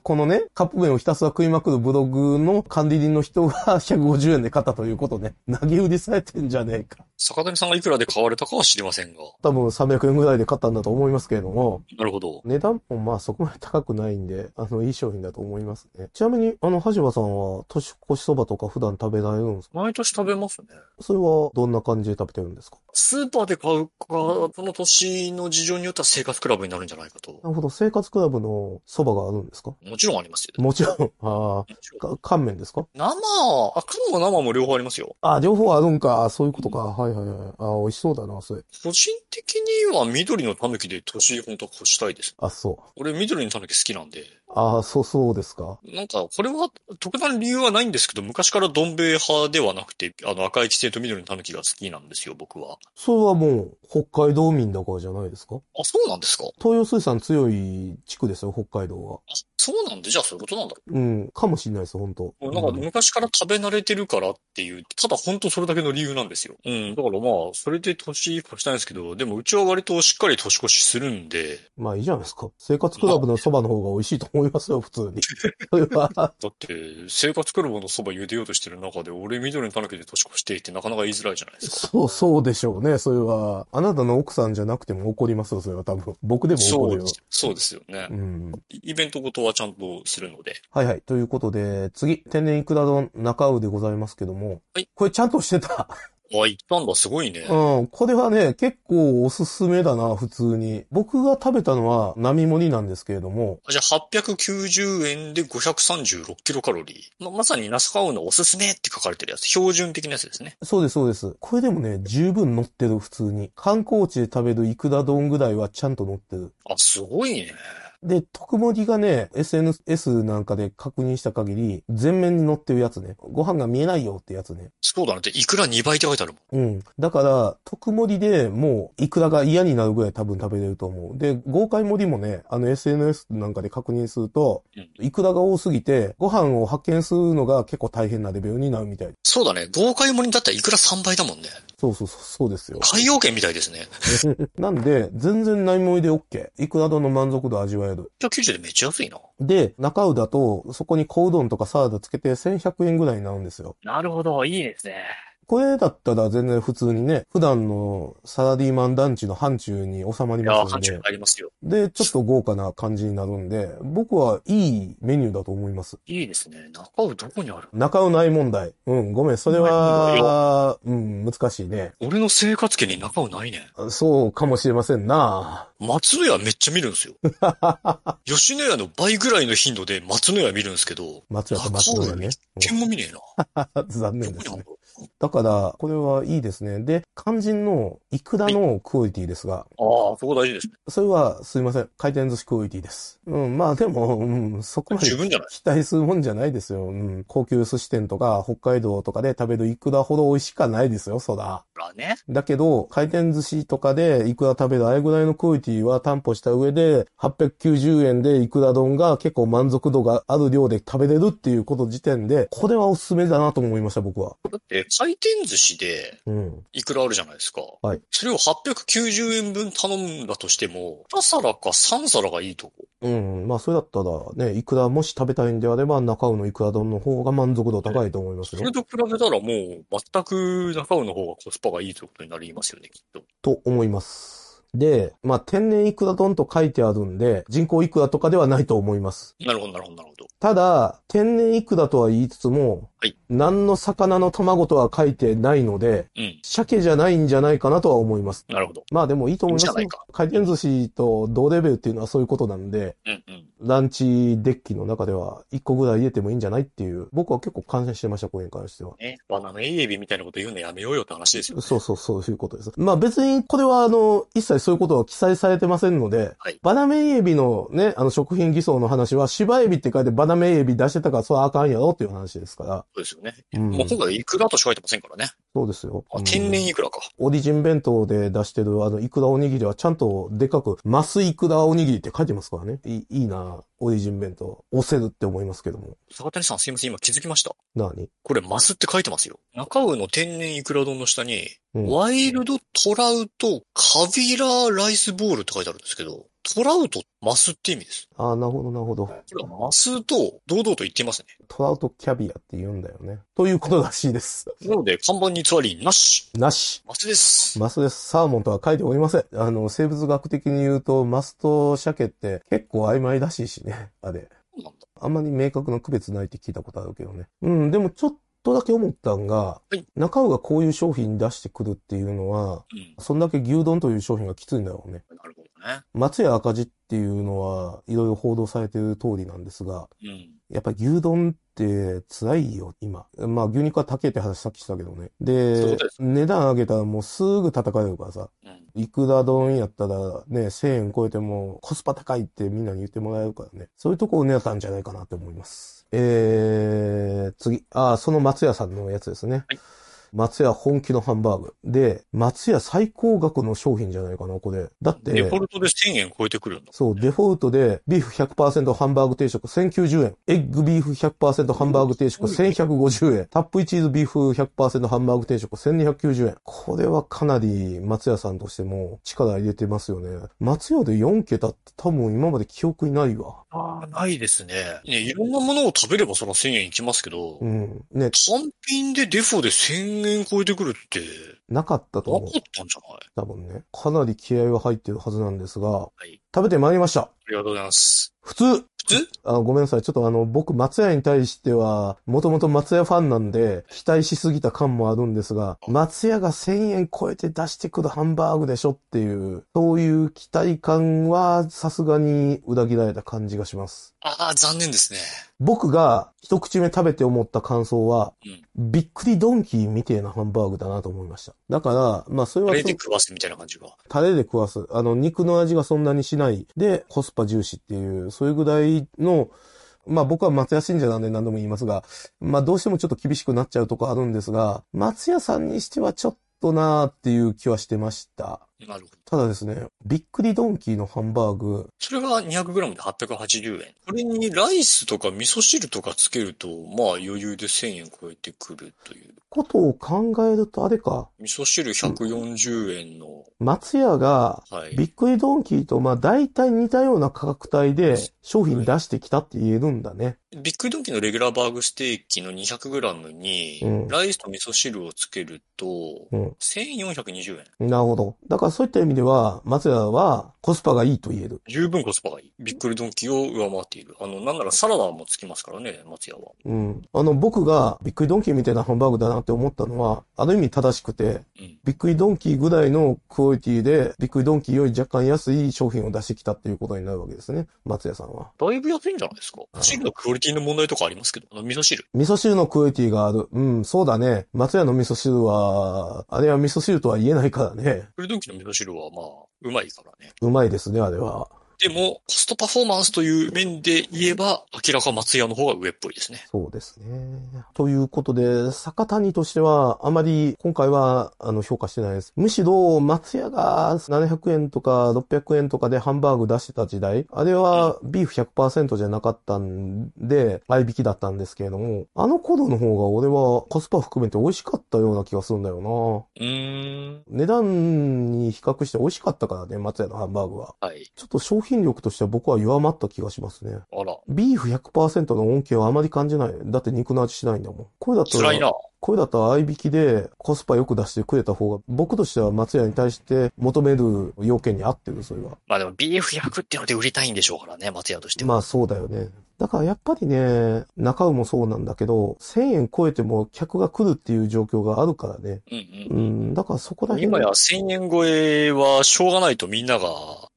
S1: このね、カップ麺をひたすら食いまくるブログの管理人の人が150円で買ったということね。 投げ売りされてんじゃねえか。
S2: 坂谷さんがいくらで買われたかは知りませんが。
S1: 多分300円ぐらいで買ったんだと思いますけれども、
S2: なるほど。
S1: 値段もまあそこまで高くないんで、あの、いい商品だと思いますね。ちなみに、あの、はじさんは、年越しそばとか普段食べられるんですか
S2: 毎年食べますね。
S1: それは、どんな感じで食べてるんですか
S2: スーパーで買うか、その年の事情によっては生活クラブになるんじゃないかと。
S1: なるほど、生活クラブのそばがあるんですか
S2: もちろんありますよ。
S1: もちろん、 あ
S2: もち
S1: あ、
S2: ろん
S1: か乾麺ですか
S2: 生、あ、缶も生も両方ありますよ。
S1: あ、両方あるんか、そういうことか。はいはいはい。あ、美味しそうだな、それ。
S2: 個人的には緑のタヌキで年本当は越したいです。
S1: あ、そう。
S2: 俺緑のタヌキ好きなんで。
S1: あ、そうそうですか。
S2: なんか、これは特段理由はないんですけど、昔からどん兵衛派ではなくて、あの赤い地点と緑のタヌキが好きなんですよ、僕は。
S1: それはもう、北海道民だからじゃないですか
S2: あ、そうなんですか
S1: 東洋水産強い地区ですよ、北海道は。
S2: あ、そうなんで、じゃあそういうことなんだ。
S1: うん、かもしれないです、本当
S2: もうなんか昔から食べ慣れてるからっていう、ただ本当それだけの理由なんですよ。うん、だからまあ、それで年越したいんですけど、でもうちは割としっかり年越しするんで、
S1: まあいいじゃないですか。生活クラブのそばの方が美味しいと思いますよ、普通に。 それは、
S2: だって、生活クラブのそば茹でようとしてる中で、俺緑のタヌキで年越してってなかなか言いづらいじゃないですか。
S1: そう、そうでしょうね、それは。あなたの奥さんじゃなくても怒りますよ、それは多分。僕でも
S2: そ
S1: 怒
S2: う
S1: る
S2: で
S1: よ。
S2: す。そうですよね
S1: う。ん。
S2: イベントごとはちゃんとするので。
S1: はいはい。ということで、次、天然いくら丼中尾でございますけども。
S2: はい。
S1: これちゃんとしてた。
S2: あ、行ったんだ、すごいね。
S1: うん、これはね、結構おすすめだな、普通に。僕が食べたのは並盛りなんですけれども、
S2: じゃあ、890円で536キロカロリー。ま、まさにナスカウのおすすめって書かれてるやつ。標準的なやつですね。
S1: そうです、そうです。これでもね、十分乗ってる、普通に。観光地で食べるイクラ丼ぐらいはちゃんと乗ってる。
S2: あ、すごいね。
S1: で、特盛りがね、SNS なんかで確認した限り、全面に乗ってるやつね。ご飯が見えないよってやつね。
S2: そうだね。で、いくら2倍って書いてあるもん。
S1: うん。だから、特盛りでもう、イクラが嫌になるぐらい多分食べれると思う。で、豪快盛りもね、あの SNS なんかで確認すると、
S2: うん
S1: イクラが多すぎて、ご飯を発見するのが結構大変なレベルになるみたい。
S2: そうだね。豪快盛りだったらいくら3倍だもんね。
S1: そうそうそう、そうですよ。
S2: 海洋圏みたいですね。
S1: なんで、全然内盛りで OK。イクラ丼の満足度味わえる。
S2: 190でめっちゃ安いな。
S1: で、中うだと、そこに小うどんとかサラダつけて1100円ぐらいになるんですよ。
S2: なるほど。いいですね。
S1: これだったら全然普通にね、普段のサラリーマン団地の範疇に収まり
S2: いや
S1: ま
S2: ー、
S1: すの
S2: 感じ
S1: で
S2: が、ありますよ。
S1: で、ちょっと豪華な感じになるんで、僕はいいメニューだと思います。
S2: いいですね。中尾どこにある
S1: 中尾ない問題。うん、ごめん、それは、うん、難しいね。
S2: 俺の生活圏に中尾ないね。
S1: そうかもしれませんな。
S2: 松の家めっちゃ見るん ですよ。吉野家の倍ぐらいの頻度で松の家見るんですけど、
S1: 松屋と松野屋ね。
S2: 一軒も見ねえな。
S1: 残
S2: ど
S1: 念
S2: こ
S1: で
S2: にあ
S1: す
S2: ん
S1: ね。
S2: の
S1: だから、これはいいですね。で、肝心のイクラのクオリティですが、
S2: ああ、そこ大事ですね。
S1: それはすいません。回転寿司クオリティです。うん、まあでも、うん、そこまで
S2: 十分じゃない
S1: 期待するもんじゃないですよ。うん、高級寿司店とか北海道とかで食べるイクラほど美味しくはないですよ、そら。
S2: からね。
S1: だけど、回転寿司とかでイクラ食べるあれぐらいのクオリティは担保した上で、890円でイクラ丼が結構満足度がある量で食べれるっていうこと時点で、これはおすすめだなと思いました、僕は。
S2: だって、回転寿司で、
S1: うん。
S2: いくらあるじゃないですか。
S1: はい。
S2: それを890円分頼んだとしても、2皿か3皿がいいとこ。
S1: うん。まあ、それだったらね、イクラもし食べたいんであれば、中尾のイクラ丼の方が満足度高いと思います
S2: そ
S1: よ
S2: れ。と比べたらもう、全く中尾の方がコスパがいいということになりますよね、きっと。
S1: と思います。で、まあ、天然イクラ丼と書いてあるんで、人工イクラとかではないと思います。
S2: なるほど、なるほど、なるほど。
S1: ただ、天然イクラとは言いつつも、
S2: はい
S1: 何の魚の卵とは書いてないので、
S2: うん。
S1: 鮭じゃないんじゃないかなとは思います。
S2: なるほど。
S1: まあでもいいと思いますよ。
S2: いいんじゃないか
S1: 回転寿司と同レベルっていうのはそういうことなんで、
S2: うん、うん。
S1: ランチデッキの中では1個ぐらい入れてもいいんじゃないっていう、僕は結構感心してました、これに関しては。
S2: ね。バナナエビみたいなこと言うのやめようよって話ですよ。
S1: そうそう、そういうことです。まあ別に、これはあの、一切そういうことは記載されてませんので、
S2: はい
S1: バナメイエビのね、あの食品偽装の話は、芝エビって書いてバナメイエビ出してたから、それはあかんやろっていう話ですから。
S2: そうですよね。
S1: うん
S2: もう今回イクラとしか書いてませんからね。
S1: そうですよ。
S2: あ、天
S1: うん
S2: 然イクラか。
S1: オリジン弁当で出してるあの、イクラおにぎりはちゃんとでかく、マスイクラおにぎりって書いてますからね。いいいいな、オリジン弁当。押せるって思いますけども。
S2: 坂谷さんすいません、今気づきました。
S1: なに
S2: これマスって書いてますよ。中尾の天然イクラ丼の下に、
S1: うん
S2: ワイルドトラウトカビラライスボールって書いてあるんですけど、トラウトマスって意味です。
S1: ああ、なるほど、なるほど。
S2: これはマスと堂々と言ってますね。
S1: トラウトキャビアって言うんだよね。ということらしいです。
S2: なので、看板に偽りなし。
S1: なし。
S2: マスです。
S1: マスです。サーモンとは書いておりません。あの、生物学的に言うと、マスと鮭って結構曖昧らしいしね。あれ。
S2: そうなんだ
S1: あんまり明確な区別ないって聞いたことあるけどね。うん、でもちょっとだけ思ったんが、
S2: はい
S1: 中尾がこういう商品出してくるっていうのは、
S2: うん。
S1: そんだけ牛丼という商品がきついんだろうね。
S2: なるほどね。
S1: 松屋赤字っていうのは、いろいろ報道されてる通りなんですが、
S2: うん。
S1: やっぱ牛丼って辛いよ、今。まあ牛肉は高いって話さっきしたけどね。
S2: そうい
S1: で
S2: うことで、す
S1: 値段上げたらもうすぐ叩かれるからさ。
S2: うん。
S1: いくら丼やったらね、1000円超えてもコスパ高いってみんなに言ってもらえるからね。そういうとこを狙ったんじゃないかなって思います。えー、次。あー、その松屋さんのやつですね。
S2: はい
S1: 松屋本気のハンバーグ。で、松屋最高額の商品じゃないかな、これ。だって、
S2: デフォルトで1000円超えてくるんだ。
S1: そう、デフォルトで、ビーフ100%ハンバーグ定食1090円。エッグビーフ100%ハンバーグ定食1150円。タップイチーズビーフ100%ハンバーグ定食1290円。これはかなり松屋さんとしても力入れてますよね。松屋で4桁って多分今まで記憶にないわ。
S2: ああ、ないですね。ね、いろんなものを食べればその1000円いきますけど、
S1: うん。ね、
S2: 単品でデフォで1000円超えてくるって、
S1: なかったと
S2: な
S1: 思
S2: か
S1: う。
S2: ったんじゃない
S1: 多分ね。かなり気合は入ってるはずなんですが、
S2: い
S1: 食べてまいりました。
S2: ありがとうございます。
S1: 普通
S2: 普通
S1: あごめんなさい。ちょっとあの、僕、松屋に対しては、もともと松屋ファンなんで、期待しすぎた感もあるんですが、松屋が1000円超えて出してくるハンバーグでしょっていう、そういう期待感は、さすがに裏切られた感じがします。
S2: ああ、残念ですね。
S1: 僕が一口目食べて思った感想は、びっくりドンキーみてえなハンバーグだなと思いました。だから、まあそれ
S2: あ
S1: は
S2: れで
S1: そう
S2: 食わすみたいな感じが。
S1: タレで食わす。あの、肉の味がそんなにしない。で、コスパ重視っていう、そういうぐらいの、まあ僕は松屋信者なんで何度も言いますが、まあどうしてもちょっと厳しくなっちゃうとこあるんですが、松屋さんにしてはちょっとなーっていう気はしてました。
S2: なるほど。
S1: ただですね、びっくりドンキーのハンバーグ、
S2: それが 200g で880円。これにライスとか味噌汁とかつけると、まあ余裕で1000円超えてくるという。
S1: ことを考えるとあれか、
S2: 味噌汁140円の、
S1: 松屋が、
S2: はい。
S1: びっくりドンキーとまあ大体似たような価格帯で商品出してきたって言えるんだね。
S2: ビッグドンキのレギュラーバーグステーキの 200g に
S1: うん、
S2: ライスと味噌汁をつけると、
S1: うん。
S2: 1420円。
S1: なるほど。だかからそういった意味では、松屋はコスパがいいと言える。
S2: 十分コスパがいい。びっくりドンキーを上回っている。あの、なんならサラダもつきますからね、松屋は。
S1: うん。あの、僕がびっくりドンキーみたいなハンバーグだなって思ったのは、ある意味正しくて、
S2: うん。
S1: びっくりドンキーぐらいのクオリティで、びっくりドンキーより若干安い商品を出してきたっていうことになるわけですね。松屋さんは。
S2: だいぶ安いんじゃないですか。汁のクオリティの問題とかありますけど、あの味噌汁。
S1: 味噌汁のクオリティがある。うん、そうだね。松屋の味噌汁は、あれは味噌汁とは言えないからね。
S2: びっくりドンキーの味噌汁はまあ、うまいからね。
S1: うまいですね、あれは。
S2: でも、コストパフォーマンスという面で言えば、明らか松屋の方が上っぽいですね。
S1: そうですね。ということで、坂谷としては、あまり今回は、あの、評価してないです。むしろ、松屋が700円とか600円とかでハンバーグ出してた時代、あれはビーフ100%じゃなかったんで、合いびきだったんですけれども、あの頃の方が俺はコスパ含めて美味しかったような気がするんだよ
S2: うーん。
S1: な。値段に比較して美味しかったからね、松屋のハンバーグは。
S2: はい。
S1: ちょっと商品力としては僕は弱まった気がしますね。
S2: あら、
S1: ビーフ100%の恩恵はあまり感じない。だって肉の味しないんだもん。これだった
S2: 辛いな
S1: ら、。これだったら合いびきでコスパよく出してくれた方が、僕としては松屋に対して求める要件に合ってる、それは。
S2: まあでも、BF100 っていうので売りたいんでしょうからね、松屋としては。
S1: まあそうだよね。だからやっぱりね、中尾もそうなんだけど、1000円超えても客が来るっていう状況があるからね。
S2: うん
S1: う
S2: うん。
S1: ん、だからそこら辺
S2: 今や1000円超えはしょうがないとみんなが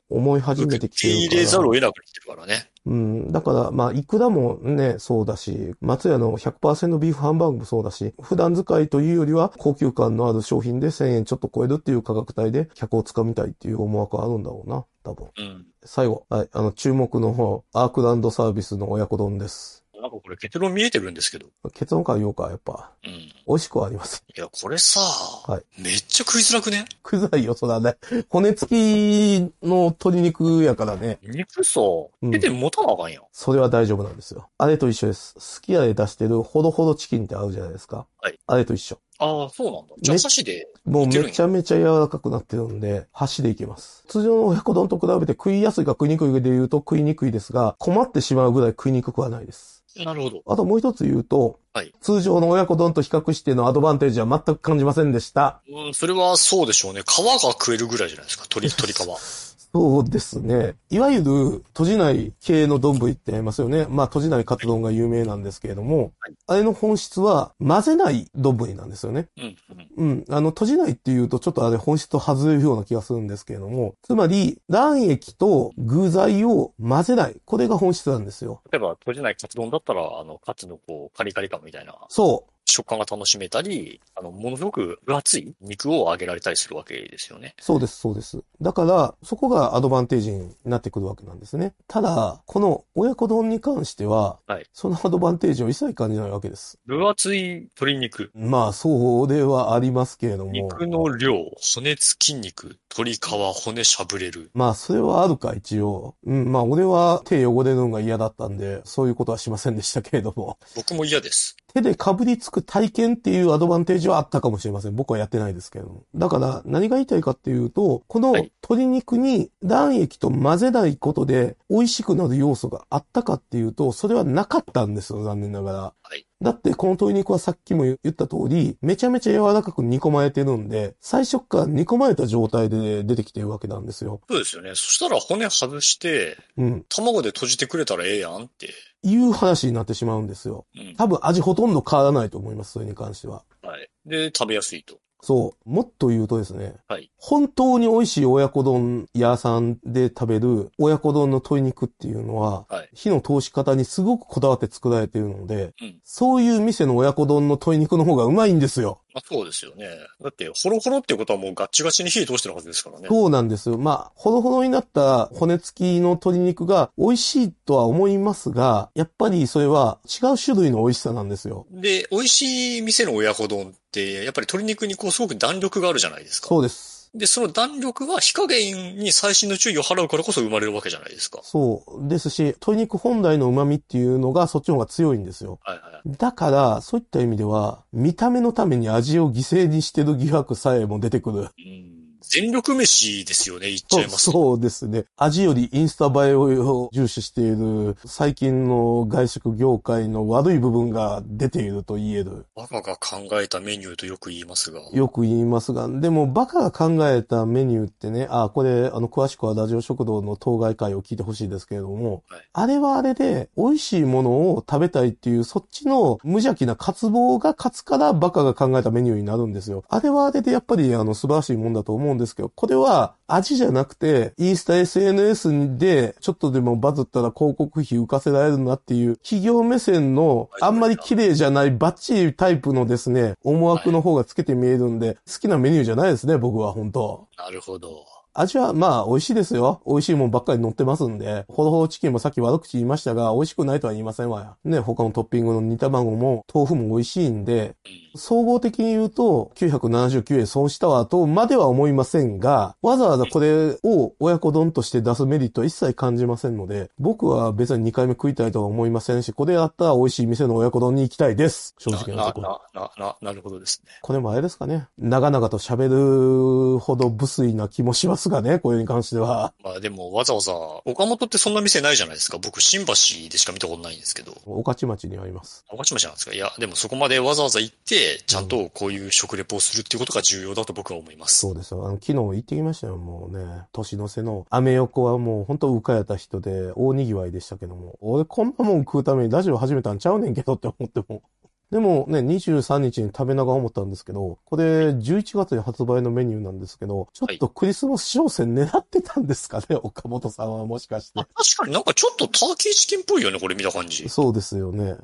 S1: 思い始め
S2: 受
S1: て
S2: け
S1: きてるから。
S2: 入れざるを得なくなってるからね。
S1: うん。だから、まあ、いくらもね、そうだし、松屋の100%ビーフハンバーグもそうだし、普段使いというよりは、高級感のある商品で1000円ちょっと超えるっていう価格帯で、客をつかみたいっていう思惑はあるんだろうな、多分。
S2: うん。
S1: 最後、はい、あの、注目の方、アークランドサービスの親子丼です。
S2: なんかこれ結論見えてるんですけど。
S1: 結論から言おうか、やっぱ。
S2: うん。
S1: 美味しくはあります。
S2: いや、これさ、
S1: は
S2: めっちゃ食いづらくね
S1: くざいよ、そらね。骨付きの鶏肉やからね。
S2: 肉さ、手で持たなあかんやん。
S1: それは大丈夫なんですよ。あれと一緒です。すき家で出してるほどほどチキンって合うじゃないですか。
S2: はい。
S1: あれと一緒。
S2: ああ、そうなんだ。じゃあ、箸で。
S1: もう
S2: いけるん
S1: め
S2: や
S1: ちゃめちゃ柔らかくなってるんで、箸でいけます。通常の親子丼と比べて食いやすいか食いにくいかで言うと食いにくいですが、困ってしまうぐらい食いにくくはないです。
S2: なるほど。
S1: あともう一つ言うと、
S2: はい
S1: 通常の親子丼と比較してのアドバンテージは全く感じませんでした。
S2: うん、それはそうでしょうね。皮が食えるぐらいじゃないですか。鶏、鶏皮。
S1: そうですね。いわゆる、閉じない系の丼ってありますよね。まあ、閉じないカツ丼が有名なんですけれども、
S2: はい
S1: あれの本質は混ぜない丼なんですよね。
S2: うん、うん。
S1: うん。あの、閉じないっていうと、ちょっとあれ本質と外れるような気がするんですけれども、つまり、卵液と具材を混ぜない。これが本質なんですよ。
S2: 例えば、閉じないカツ丼だったら、あの、カツのこう、カリカリ感みたいな
S1: そ
S2: 食感が楽しめたり、あの、ものすごく分厚い肉を揚げられたりするわけですよね。
S1: う。そうです、そうです。だから、そこがアドバンテージになってくるわけなんですね。ただ、この親子丼に関しては、
S2: はい
S1: そのアドバンテージを一切感じないわけです。
S2: 分厚い鶏肉、
S1: まあ、そうではありますけれども。
S2: 肉の量、骨付き肉、鶏皮、骨しゃぶれる。
S1: まあ、それはあるか、一応。うん、まあ、俺は手汚れるのが嫌だったんで、そういうことはしませんでしたけれども。
S2: 僕も嫌です。
S1: 手で被りつく体験っていうアドバンテージはあったかもしれません。僕はやってないですけれども。だから何が言いたいかっていうと、この
S2: はい
S1: 鶏肉に卵液と混ぜないことで美味しくなる要素があったかっていうと、それはなかったんですよ、残念ながら。
S2: はい
S1: だってこの鶏肉はさっきも言った通り、めちゃめちゃ柔らかく煮込まれてるんで、最初から煮込まれた状態で出てきてるわけなんですよ。
S2: そうですよね。そしたら骨外して、
S1: うん。
S2: 卵で閉じてくれたらええやんって。
S1: いう話になってしまうんですよ。
S2: うん。
S1: 多分味ほとんど変わらないと思います、それに関しては。
S2: はい。で、食べやすいと。
S1: そう。もっと言うとですね。
S2: はい
S1: 本当に美味しい親子丼屋さんで食べる親子丼の鶏肉っていうのは、
S2: はい
S1: 火の通し方にすごくこだわって作られているので、
S2: うん
S1: そういう店の親子丼の鶏肉の方がうまいんですよ。
S2: まあ、そうですよね。だって、ホロホロってことはもうガッチガチに火通してるはずですからね。
S1: そうなんですよ。まあ、ほどほどになった骨付きの鶏肉が美味しいとは思いますが、やっぱりそれは違う種類の美味しさなんですよ。
S2: で、美味しい店の親子丼って、やっぱり鶏肉にこうすごく弾力があるじゃないですか。
S1: そうです。
S2: で、その弾力は火加減に細心の注意を払うからこそ生まれるわけじゃないですか。
S1: そう。ですし、鶏肉本来の旨味っていうのがそっちの方が強いんですよ。
S2: はいは
S1: だから、そういった意味では、見た目のために味を犠牲にしてる疑惑さえも出てくる。
S2: い。うん。全力飯ですよね、言っち
S1: そ
S2: ゃいうま す。
S1: そうですね。味よりインスタ映えを重視している、最近の外食業界の悪い部分が出ていると言える。
S2: バカが考えたメニューとよく言いますが。
S1: よく言いますが、でもバカが考えたメニューってね、あ、これ、あの、詳しくはラジオ食堂の当該会を聞いてほしいですけれども、
S2: はい
S1: あれはあれで、美味しいものを食べたいっていう、そっちの無邪気な渇望が勝つからバカが考えたメニューになるんですよ。あれはあれでやっぱり、あの、素晴らしいもんだと思うんですけど、これは味じゃなくて、インスタ SNS で、ちょっとでもバズったら広告費浮かせられるなっていう、企業目線の、あんまり綺麗じゃない、バッチリタイプのですね、思惑の方がつけて見えるんで、好きなメニューじゃないですね、僕は本当
S2: なるほど。
S1: 味は、まあ、美味しいですよ。美味しいもんばっかり乗ってますんで。ほろほろチキンもさっき悪口言いましたが、美味しくないとは言いませんわよ。ね、他のトッピングの煮卵も、豆腐も美味しいんで、
S2: うん。
S1: 総合的に言うと、979円損したわとまでは思いませんが、わざわざこれを親子丼として出すメリットは一切感じませんので、僕は別に2回目食いたいとは思いませんし、これやったら美味しい店の親子丼に行きたいです。正直な
S2: な
S1: ところ。
S2: な、な、な、なるほどですね。
S1: これもあれですかね。長々と喋るほど無粋な気もしますがね、これに関しては。
S2: まあでもわざわざ、岡本ってそんな店ないじゃないですか。僕、新橋でしか見たことないんですけど。
S1: 御徒町にあります。
S2: 岡島じゃないですか。いや、でもそこまでわざわざ行って、ちゃんとこういう食レポをするっていうことが重要だと僕は思います。
S1: そうですよ。あの、昨日行ってきましたよ、もうね。年の瀬の。アメ横はもう本当浮かれた人で、大賑わいでしたけども。俺こんなもん食うためにラジオ始めたんちゃうねんけどって思っても。でもね、23日に食べながら思ったんですけど、これ11月に発売のメニューなんですけど、ちょっとクリスマス商戦狙ってたんですかね、岡本さんはもしかして
S2: あ。確かになんかちょっとターキーチキンっぽいよね、これ見た感じ。い
S1: そうですよね。
S2: や、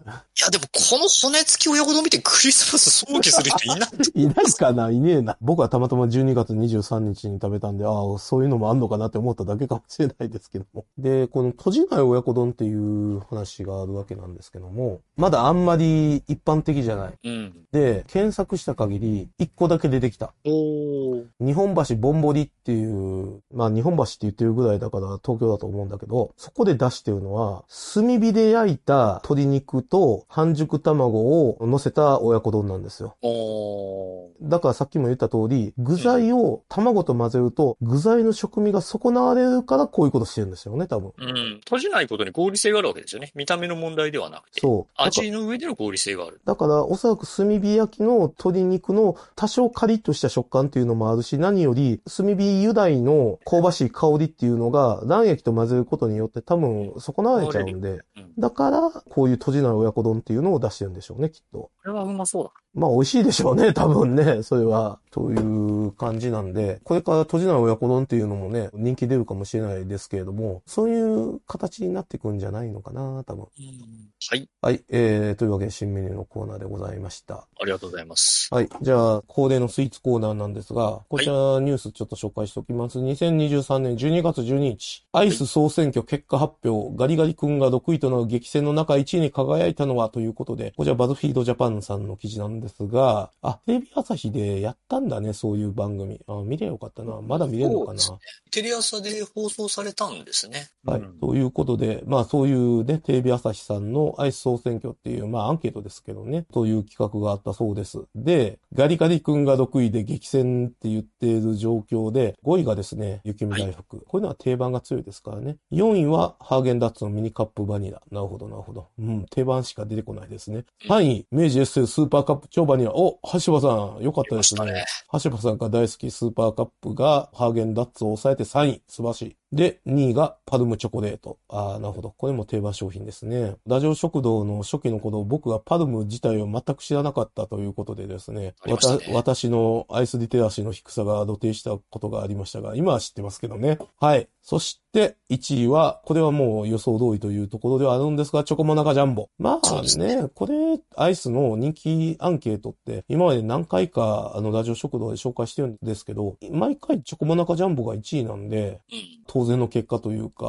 S2: でもこの骨付き親子丼見てクリスマ ス想起する人いない。
S1: いないかないねえな。僕はたまたま12月23日に食べたんで、ああ、そういうのもあんのかなって思っただけかもしれないですけども。で、この閉じない親子丼っていう話があるわけなんですけども、まだあんまり一般的じゃない。
S2: うん。
S1: で、検索した限り、1個だけ出てきた。
S2: おー。
S1: 日本橋ぼんぼりっていう、まあ日本橋って言ってるぐらいだから東京だと思うんだけど、そこで出してるのは、炭火で焼いた鶏肉と半熟卵を乗せた親子丼なんですよ。
S2: おー。
S1: だからさっきも言った通り、具材を卵と混ぜると、具材の食味が損なわれるからこういうことしてるんですよね、多分。
S2: うん。閉じないことに合理性があるわけですよね。見た目の問題ではなくて。
S1: そう。だか
S2: 味の上での合理性がある。
S1: だから、おそらく炭火焼きの鶏肉の多少カリッとした食感っていうのもあるし、何より炭火由来の香ばしい香りっていうのが卵液と混ぜることによって多分損なわれちゃうんで
S2: うん、
S1: だから、こういう閉じない親子丼っていうのを出してるんでしょうね、きっと。
S2: これはうまそうだ。
S1: まあ美味しいでしょうね、多分ね、それは。という感じなんで、これから閉じない親子丼っていうのもね、人気出るかもしれないですけれども、そういう形になってくんじゃないのかな、多分。
S2: はい。
S1: はい、えー、というわけで新メニューのコーナーでございました。
S2: ありがとうございます。
S1: はい。じゃあ、恒例のスイーツコーナーなんですが、こちらニュースちょっと紹介しておきます。2023年12月12日、アイス総選挙結果発表、ガリガリ君が6位となる激戦の中1位に輝いたのはということで、こちらバズフィードジャパンさんの記事なんですが、あ、テレビ朝日でやったんだね、そういう番組。あ、見ればよかったな。まだ見れるのかな。
S2: そうテレ朝で放送されたんですね。
S1: はい
S2: うん。
S1: ということで、まあそういうね、テレビ朝日さんのアイス総選挙っていう、まあアンケートですけどね、という企画があったそうです。で、ガリガリ君が6位で激戦って言っている状況で、5位がですね、雪見大福。こういうのは定番が強いですからね。4位はハーゲンダッツのミニカップバニラ。なるほど、なるほど。うん、定番しか出てこないですね。3位、明治エッセルスーパーカップ超バニラ。お、橋場さん、よかったです
S2: よかった
S1: ね
S2: ね。
S1: 橋場さんが大好きスーパーカップがハーゲンダッツを抑えて3位。素晴らしい。で、2位がパルムチョコレート。ああ、なるほど。これも定番商品ですね。ラジオ食堂の初期の頃、僕がパルム自体を全く知らなかったということでですね。
S2: ありましたね
S1: わた私のアイスリテラシーの低さが露呈したことがありましたが、今は知ってますけどね。はい。そして、1位は、これはもう予想通りというところではあるんですが、チョコモナカジャンボ。ま
S2: そう
S1: あ
S2: です
S1: ね、これ、アイスの人気アンケートって、今まで何回か、あの、ラジオ食堂で紹介してるんですけど、毎回チョコモナカジャンボが1位なんで、
S2: うん。
S1: 当然の結果というか、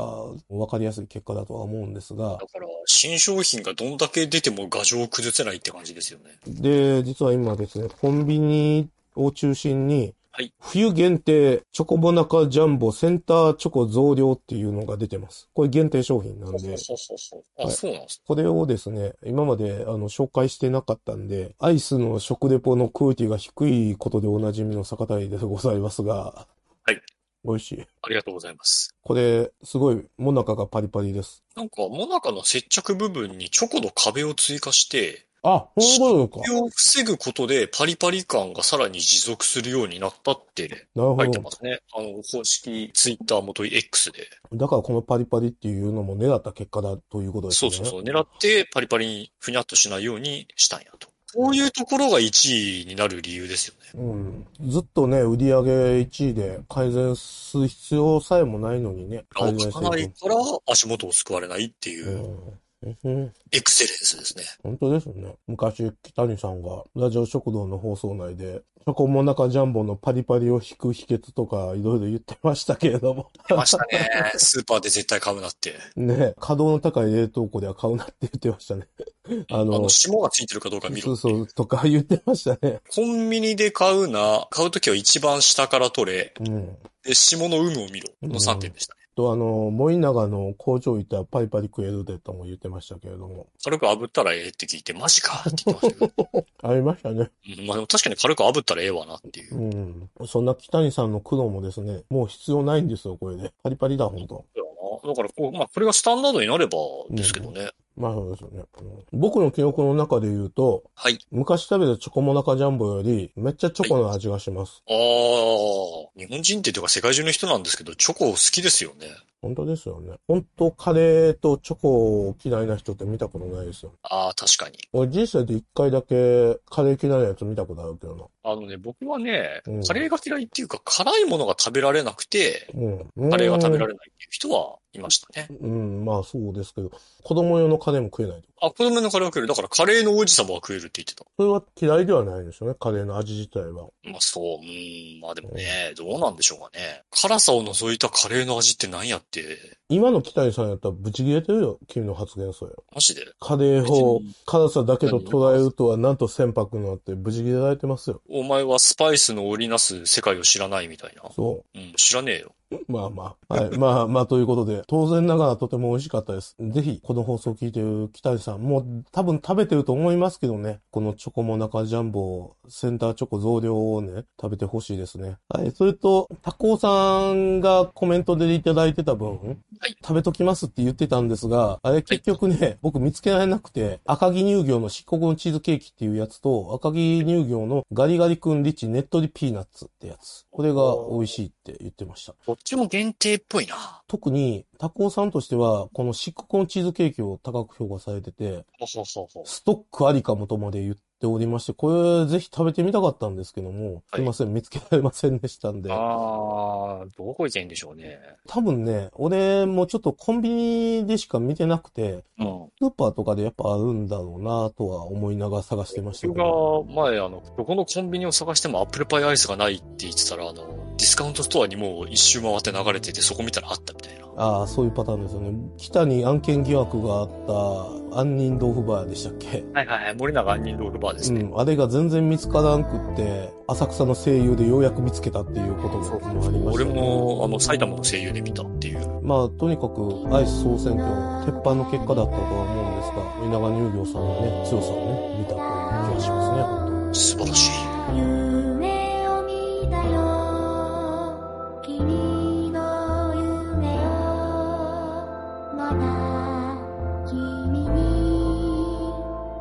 S1: わかりやすい結果だとは思うんですが
S2: だ、から、新商品がどんだけ出ても牙城を崩せないって感じですよね。
S1: で、実は今ですね、コンビニを中心に、
S2: はい
S1: 冬限定、チョコモナカジャンボセンターチョコ増量っていうのが出てます。これ限定商品なん
S2: ほうほう
S1: で、
S2: ほうほうあ、
S1: はい
S2: そうなんです
S1: これをですね、今まであの紹介してなかったんで、アイスの食レポのクオリティが低いことでおなじみの坂谷でございますが、
S2: はい。
S1: 美味しい。
S2: ありがとうございます。
S1: これ、すごい、もなかがパリパリです。
S2: なんか、モナカの接着部分にチョコの壁を追加して、
S1: あ、そういうこと
S2: そ
S1: か。
S2: れを防ぐことでパリパリ感がさらに持続するようになったって
S1: なるほ
S2: 書いて
S1: ど
S2: ま。すね。あの、公式ツイッター元 X で。
S1: だからこのパリパリっていうのも狙った結果だということです
S2: そ
S1: ね。
S2: うそうそう。狙ってパリパリにふにゃっとしないようにしたんやと。こういうところが1位になる理由ですよね。
S1: うん。ずっとね、売り上げ1位で改善する必要さえもないのにね、
S2: 青
S1: 改善。
S2: かないから足元を救われないっていううん
S1: うん
S2: エクセレンスですね。
S1: 本当ですね。昔、北谷さんが、ラジオ食堂の放送内で、チョコモナカジャンボのパリパリを引く秘訣とか、いろいろ言ってましたけれど も。
S2: 出ましたね。 スーパーで絶対買うなって。
S1: ね、稼働の高い冷凍庫では買うなって言ってましたね。あ
S2: あ
S1: の
S2: の、、霜がついてるかどうか見
S1: そ
S2: ろ
S1: う
S2: って
S1: そ
S2: いう。
S1: う、とか言ってましたね。
S2: コンビニで買うな、買うときは一番下から取れ、
S1: うん。
S2: で、霜の有無を見ろの3点でしたね。
S1: と、あの、森永の工場行ったらパリパリ食えるでとも言ってましたけれども。
S2: 軽く炙ったらええって聞いて、マジかって言って ましたけ
S1: ありましたね。
S2: ど。うんまあでも確かに軽く炙ったらええわなっていうう。
S1: ん。そんな北谷さんの苦労もですね、もう必要ないんですよ、これで。パリパリだ、ほんと。
S2: だからこう、まあこれがスタンダードになればですけどね。
S1: まあそうですよね。うん僕の記憶の中で言うと、
S2: はい。
S1: 昔食べたチョコモナカジャンボより、めっちゃチョコの味がします。
S2: ああ、日本人ってというか世界中の人なんですけど、チョコ好きですよね。
S1: 本当ですよね。本当カレーとチョコを嫌いな人って見たことないですよ。
S2: ああ、確かに。
S1: 俺人生で一回だけカレー嫌いなやつ見たことあるけどな。
S2: あのね、僕はね
S1: うん、
S2: カレーが嫌いっていうか、辛いものが食べられなくて、
S1: うん。
S2: カレーが食べら
S1: れ
S2: れないっていう人はいましたね。
S1: うん、まあそうですけど、子供用のカレーも食えないと。
S2: あ、子供のカレーは食える。だからカレーの王子様は食えるって言ってた。
S1: それは嫌いではないですよね、カレーの味自体は。
S2: まあそう、うん、まあでもね、どうなんでしょうかね。辛さを除いたカレーの味って何やって、
S1: 今の北谷さんやったらブチ切れてるよ、君の発言それ。
S2: マジで。
S1: カレーを
S2: 別に
S1: 辛さだけと捉えるとはなんと船舶のあって無事切れられてますよ。
S2: お前はスパイスの織りなす世界を知らないみたいな。
S1: そ
S2: うん、知らねえよ。
S1: う。 まあまあ。はい。まあまあということで、当然ながらとても美味しかったです。ぜひ、この放送を聞いてる北谷さん、もう多分食べてると思いますけどね。このチョコモナカジャンボ、センターチョコ増量をね、食べてほしいですね。はい。それと、タコさんがコメントでいただいてた分、
S2: はい
S1: 食べときますって言ってたんですが、あれ結局ね、僕見つけられなくて、赤城乳業の漆黒のチーズケーキっていうやつと、赤城乳業のガリガリ君リッチネットリピーナッツってやつ。これが美味しいって言ってました。
S2: こっちも限定っぽいな。
S1: 特に、タコさんとしては、この漆黒のチーズケーキを高く評価されてて、
S2: ほほほほ。
S1: ストックありかもとまで言っておりまして、これぜひ食べてみたかったんですけども、
S2: はい
S1: すいません、見つけられませんでしたんで。
S2: あー、どこ行けんでしょうね。
S1: 多分ね、俺もちょっとコンビニでしか見てなくて、
S2: うん。
S1: スーパーとかでやっぱあるんだろうなとは思いながら探してましたけ
S2: 僕
S1: ど。
S2: が前、あの、どこのコンビニを探してもアップルパイアイスがないって言ってたら、あの、ディスカウントストアにもう一周回って流れてて、そこ見たらあったみたいな。
S1: ああ、そういうパターンですよね。北に案件疑惑があった、杏仁豆腐バーでしたっけ
S2: はいはいはい、森永杏仁ロールバーですね。
S1: うん、あれが全然見つからんくって、浅草の声優でようやく見つけたっていうこと
S2: そう
S1: もありました
S2: 俺
S1: ね、
S2: も、あの、埼玉の声優で見たっていう。
S1: まあ、とにかく、アイス総選挙、鉄板の結果だったとは思うんですが、稲川乳業さんのね、強さをね、見たという気がしますね、本当に。
S2: 素晴らしい。
S3: 夢を見たよ君の夢をまた君に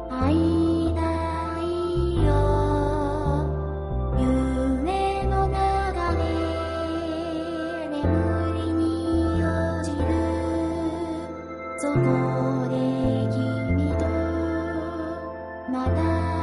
S3: 会いたいよ夢の中で眠りに落ちるそこで君とまた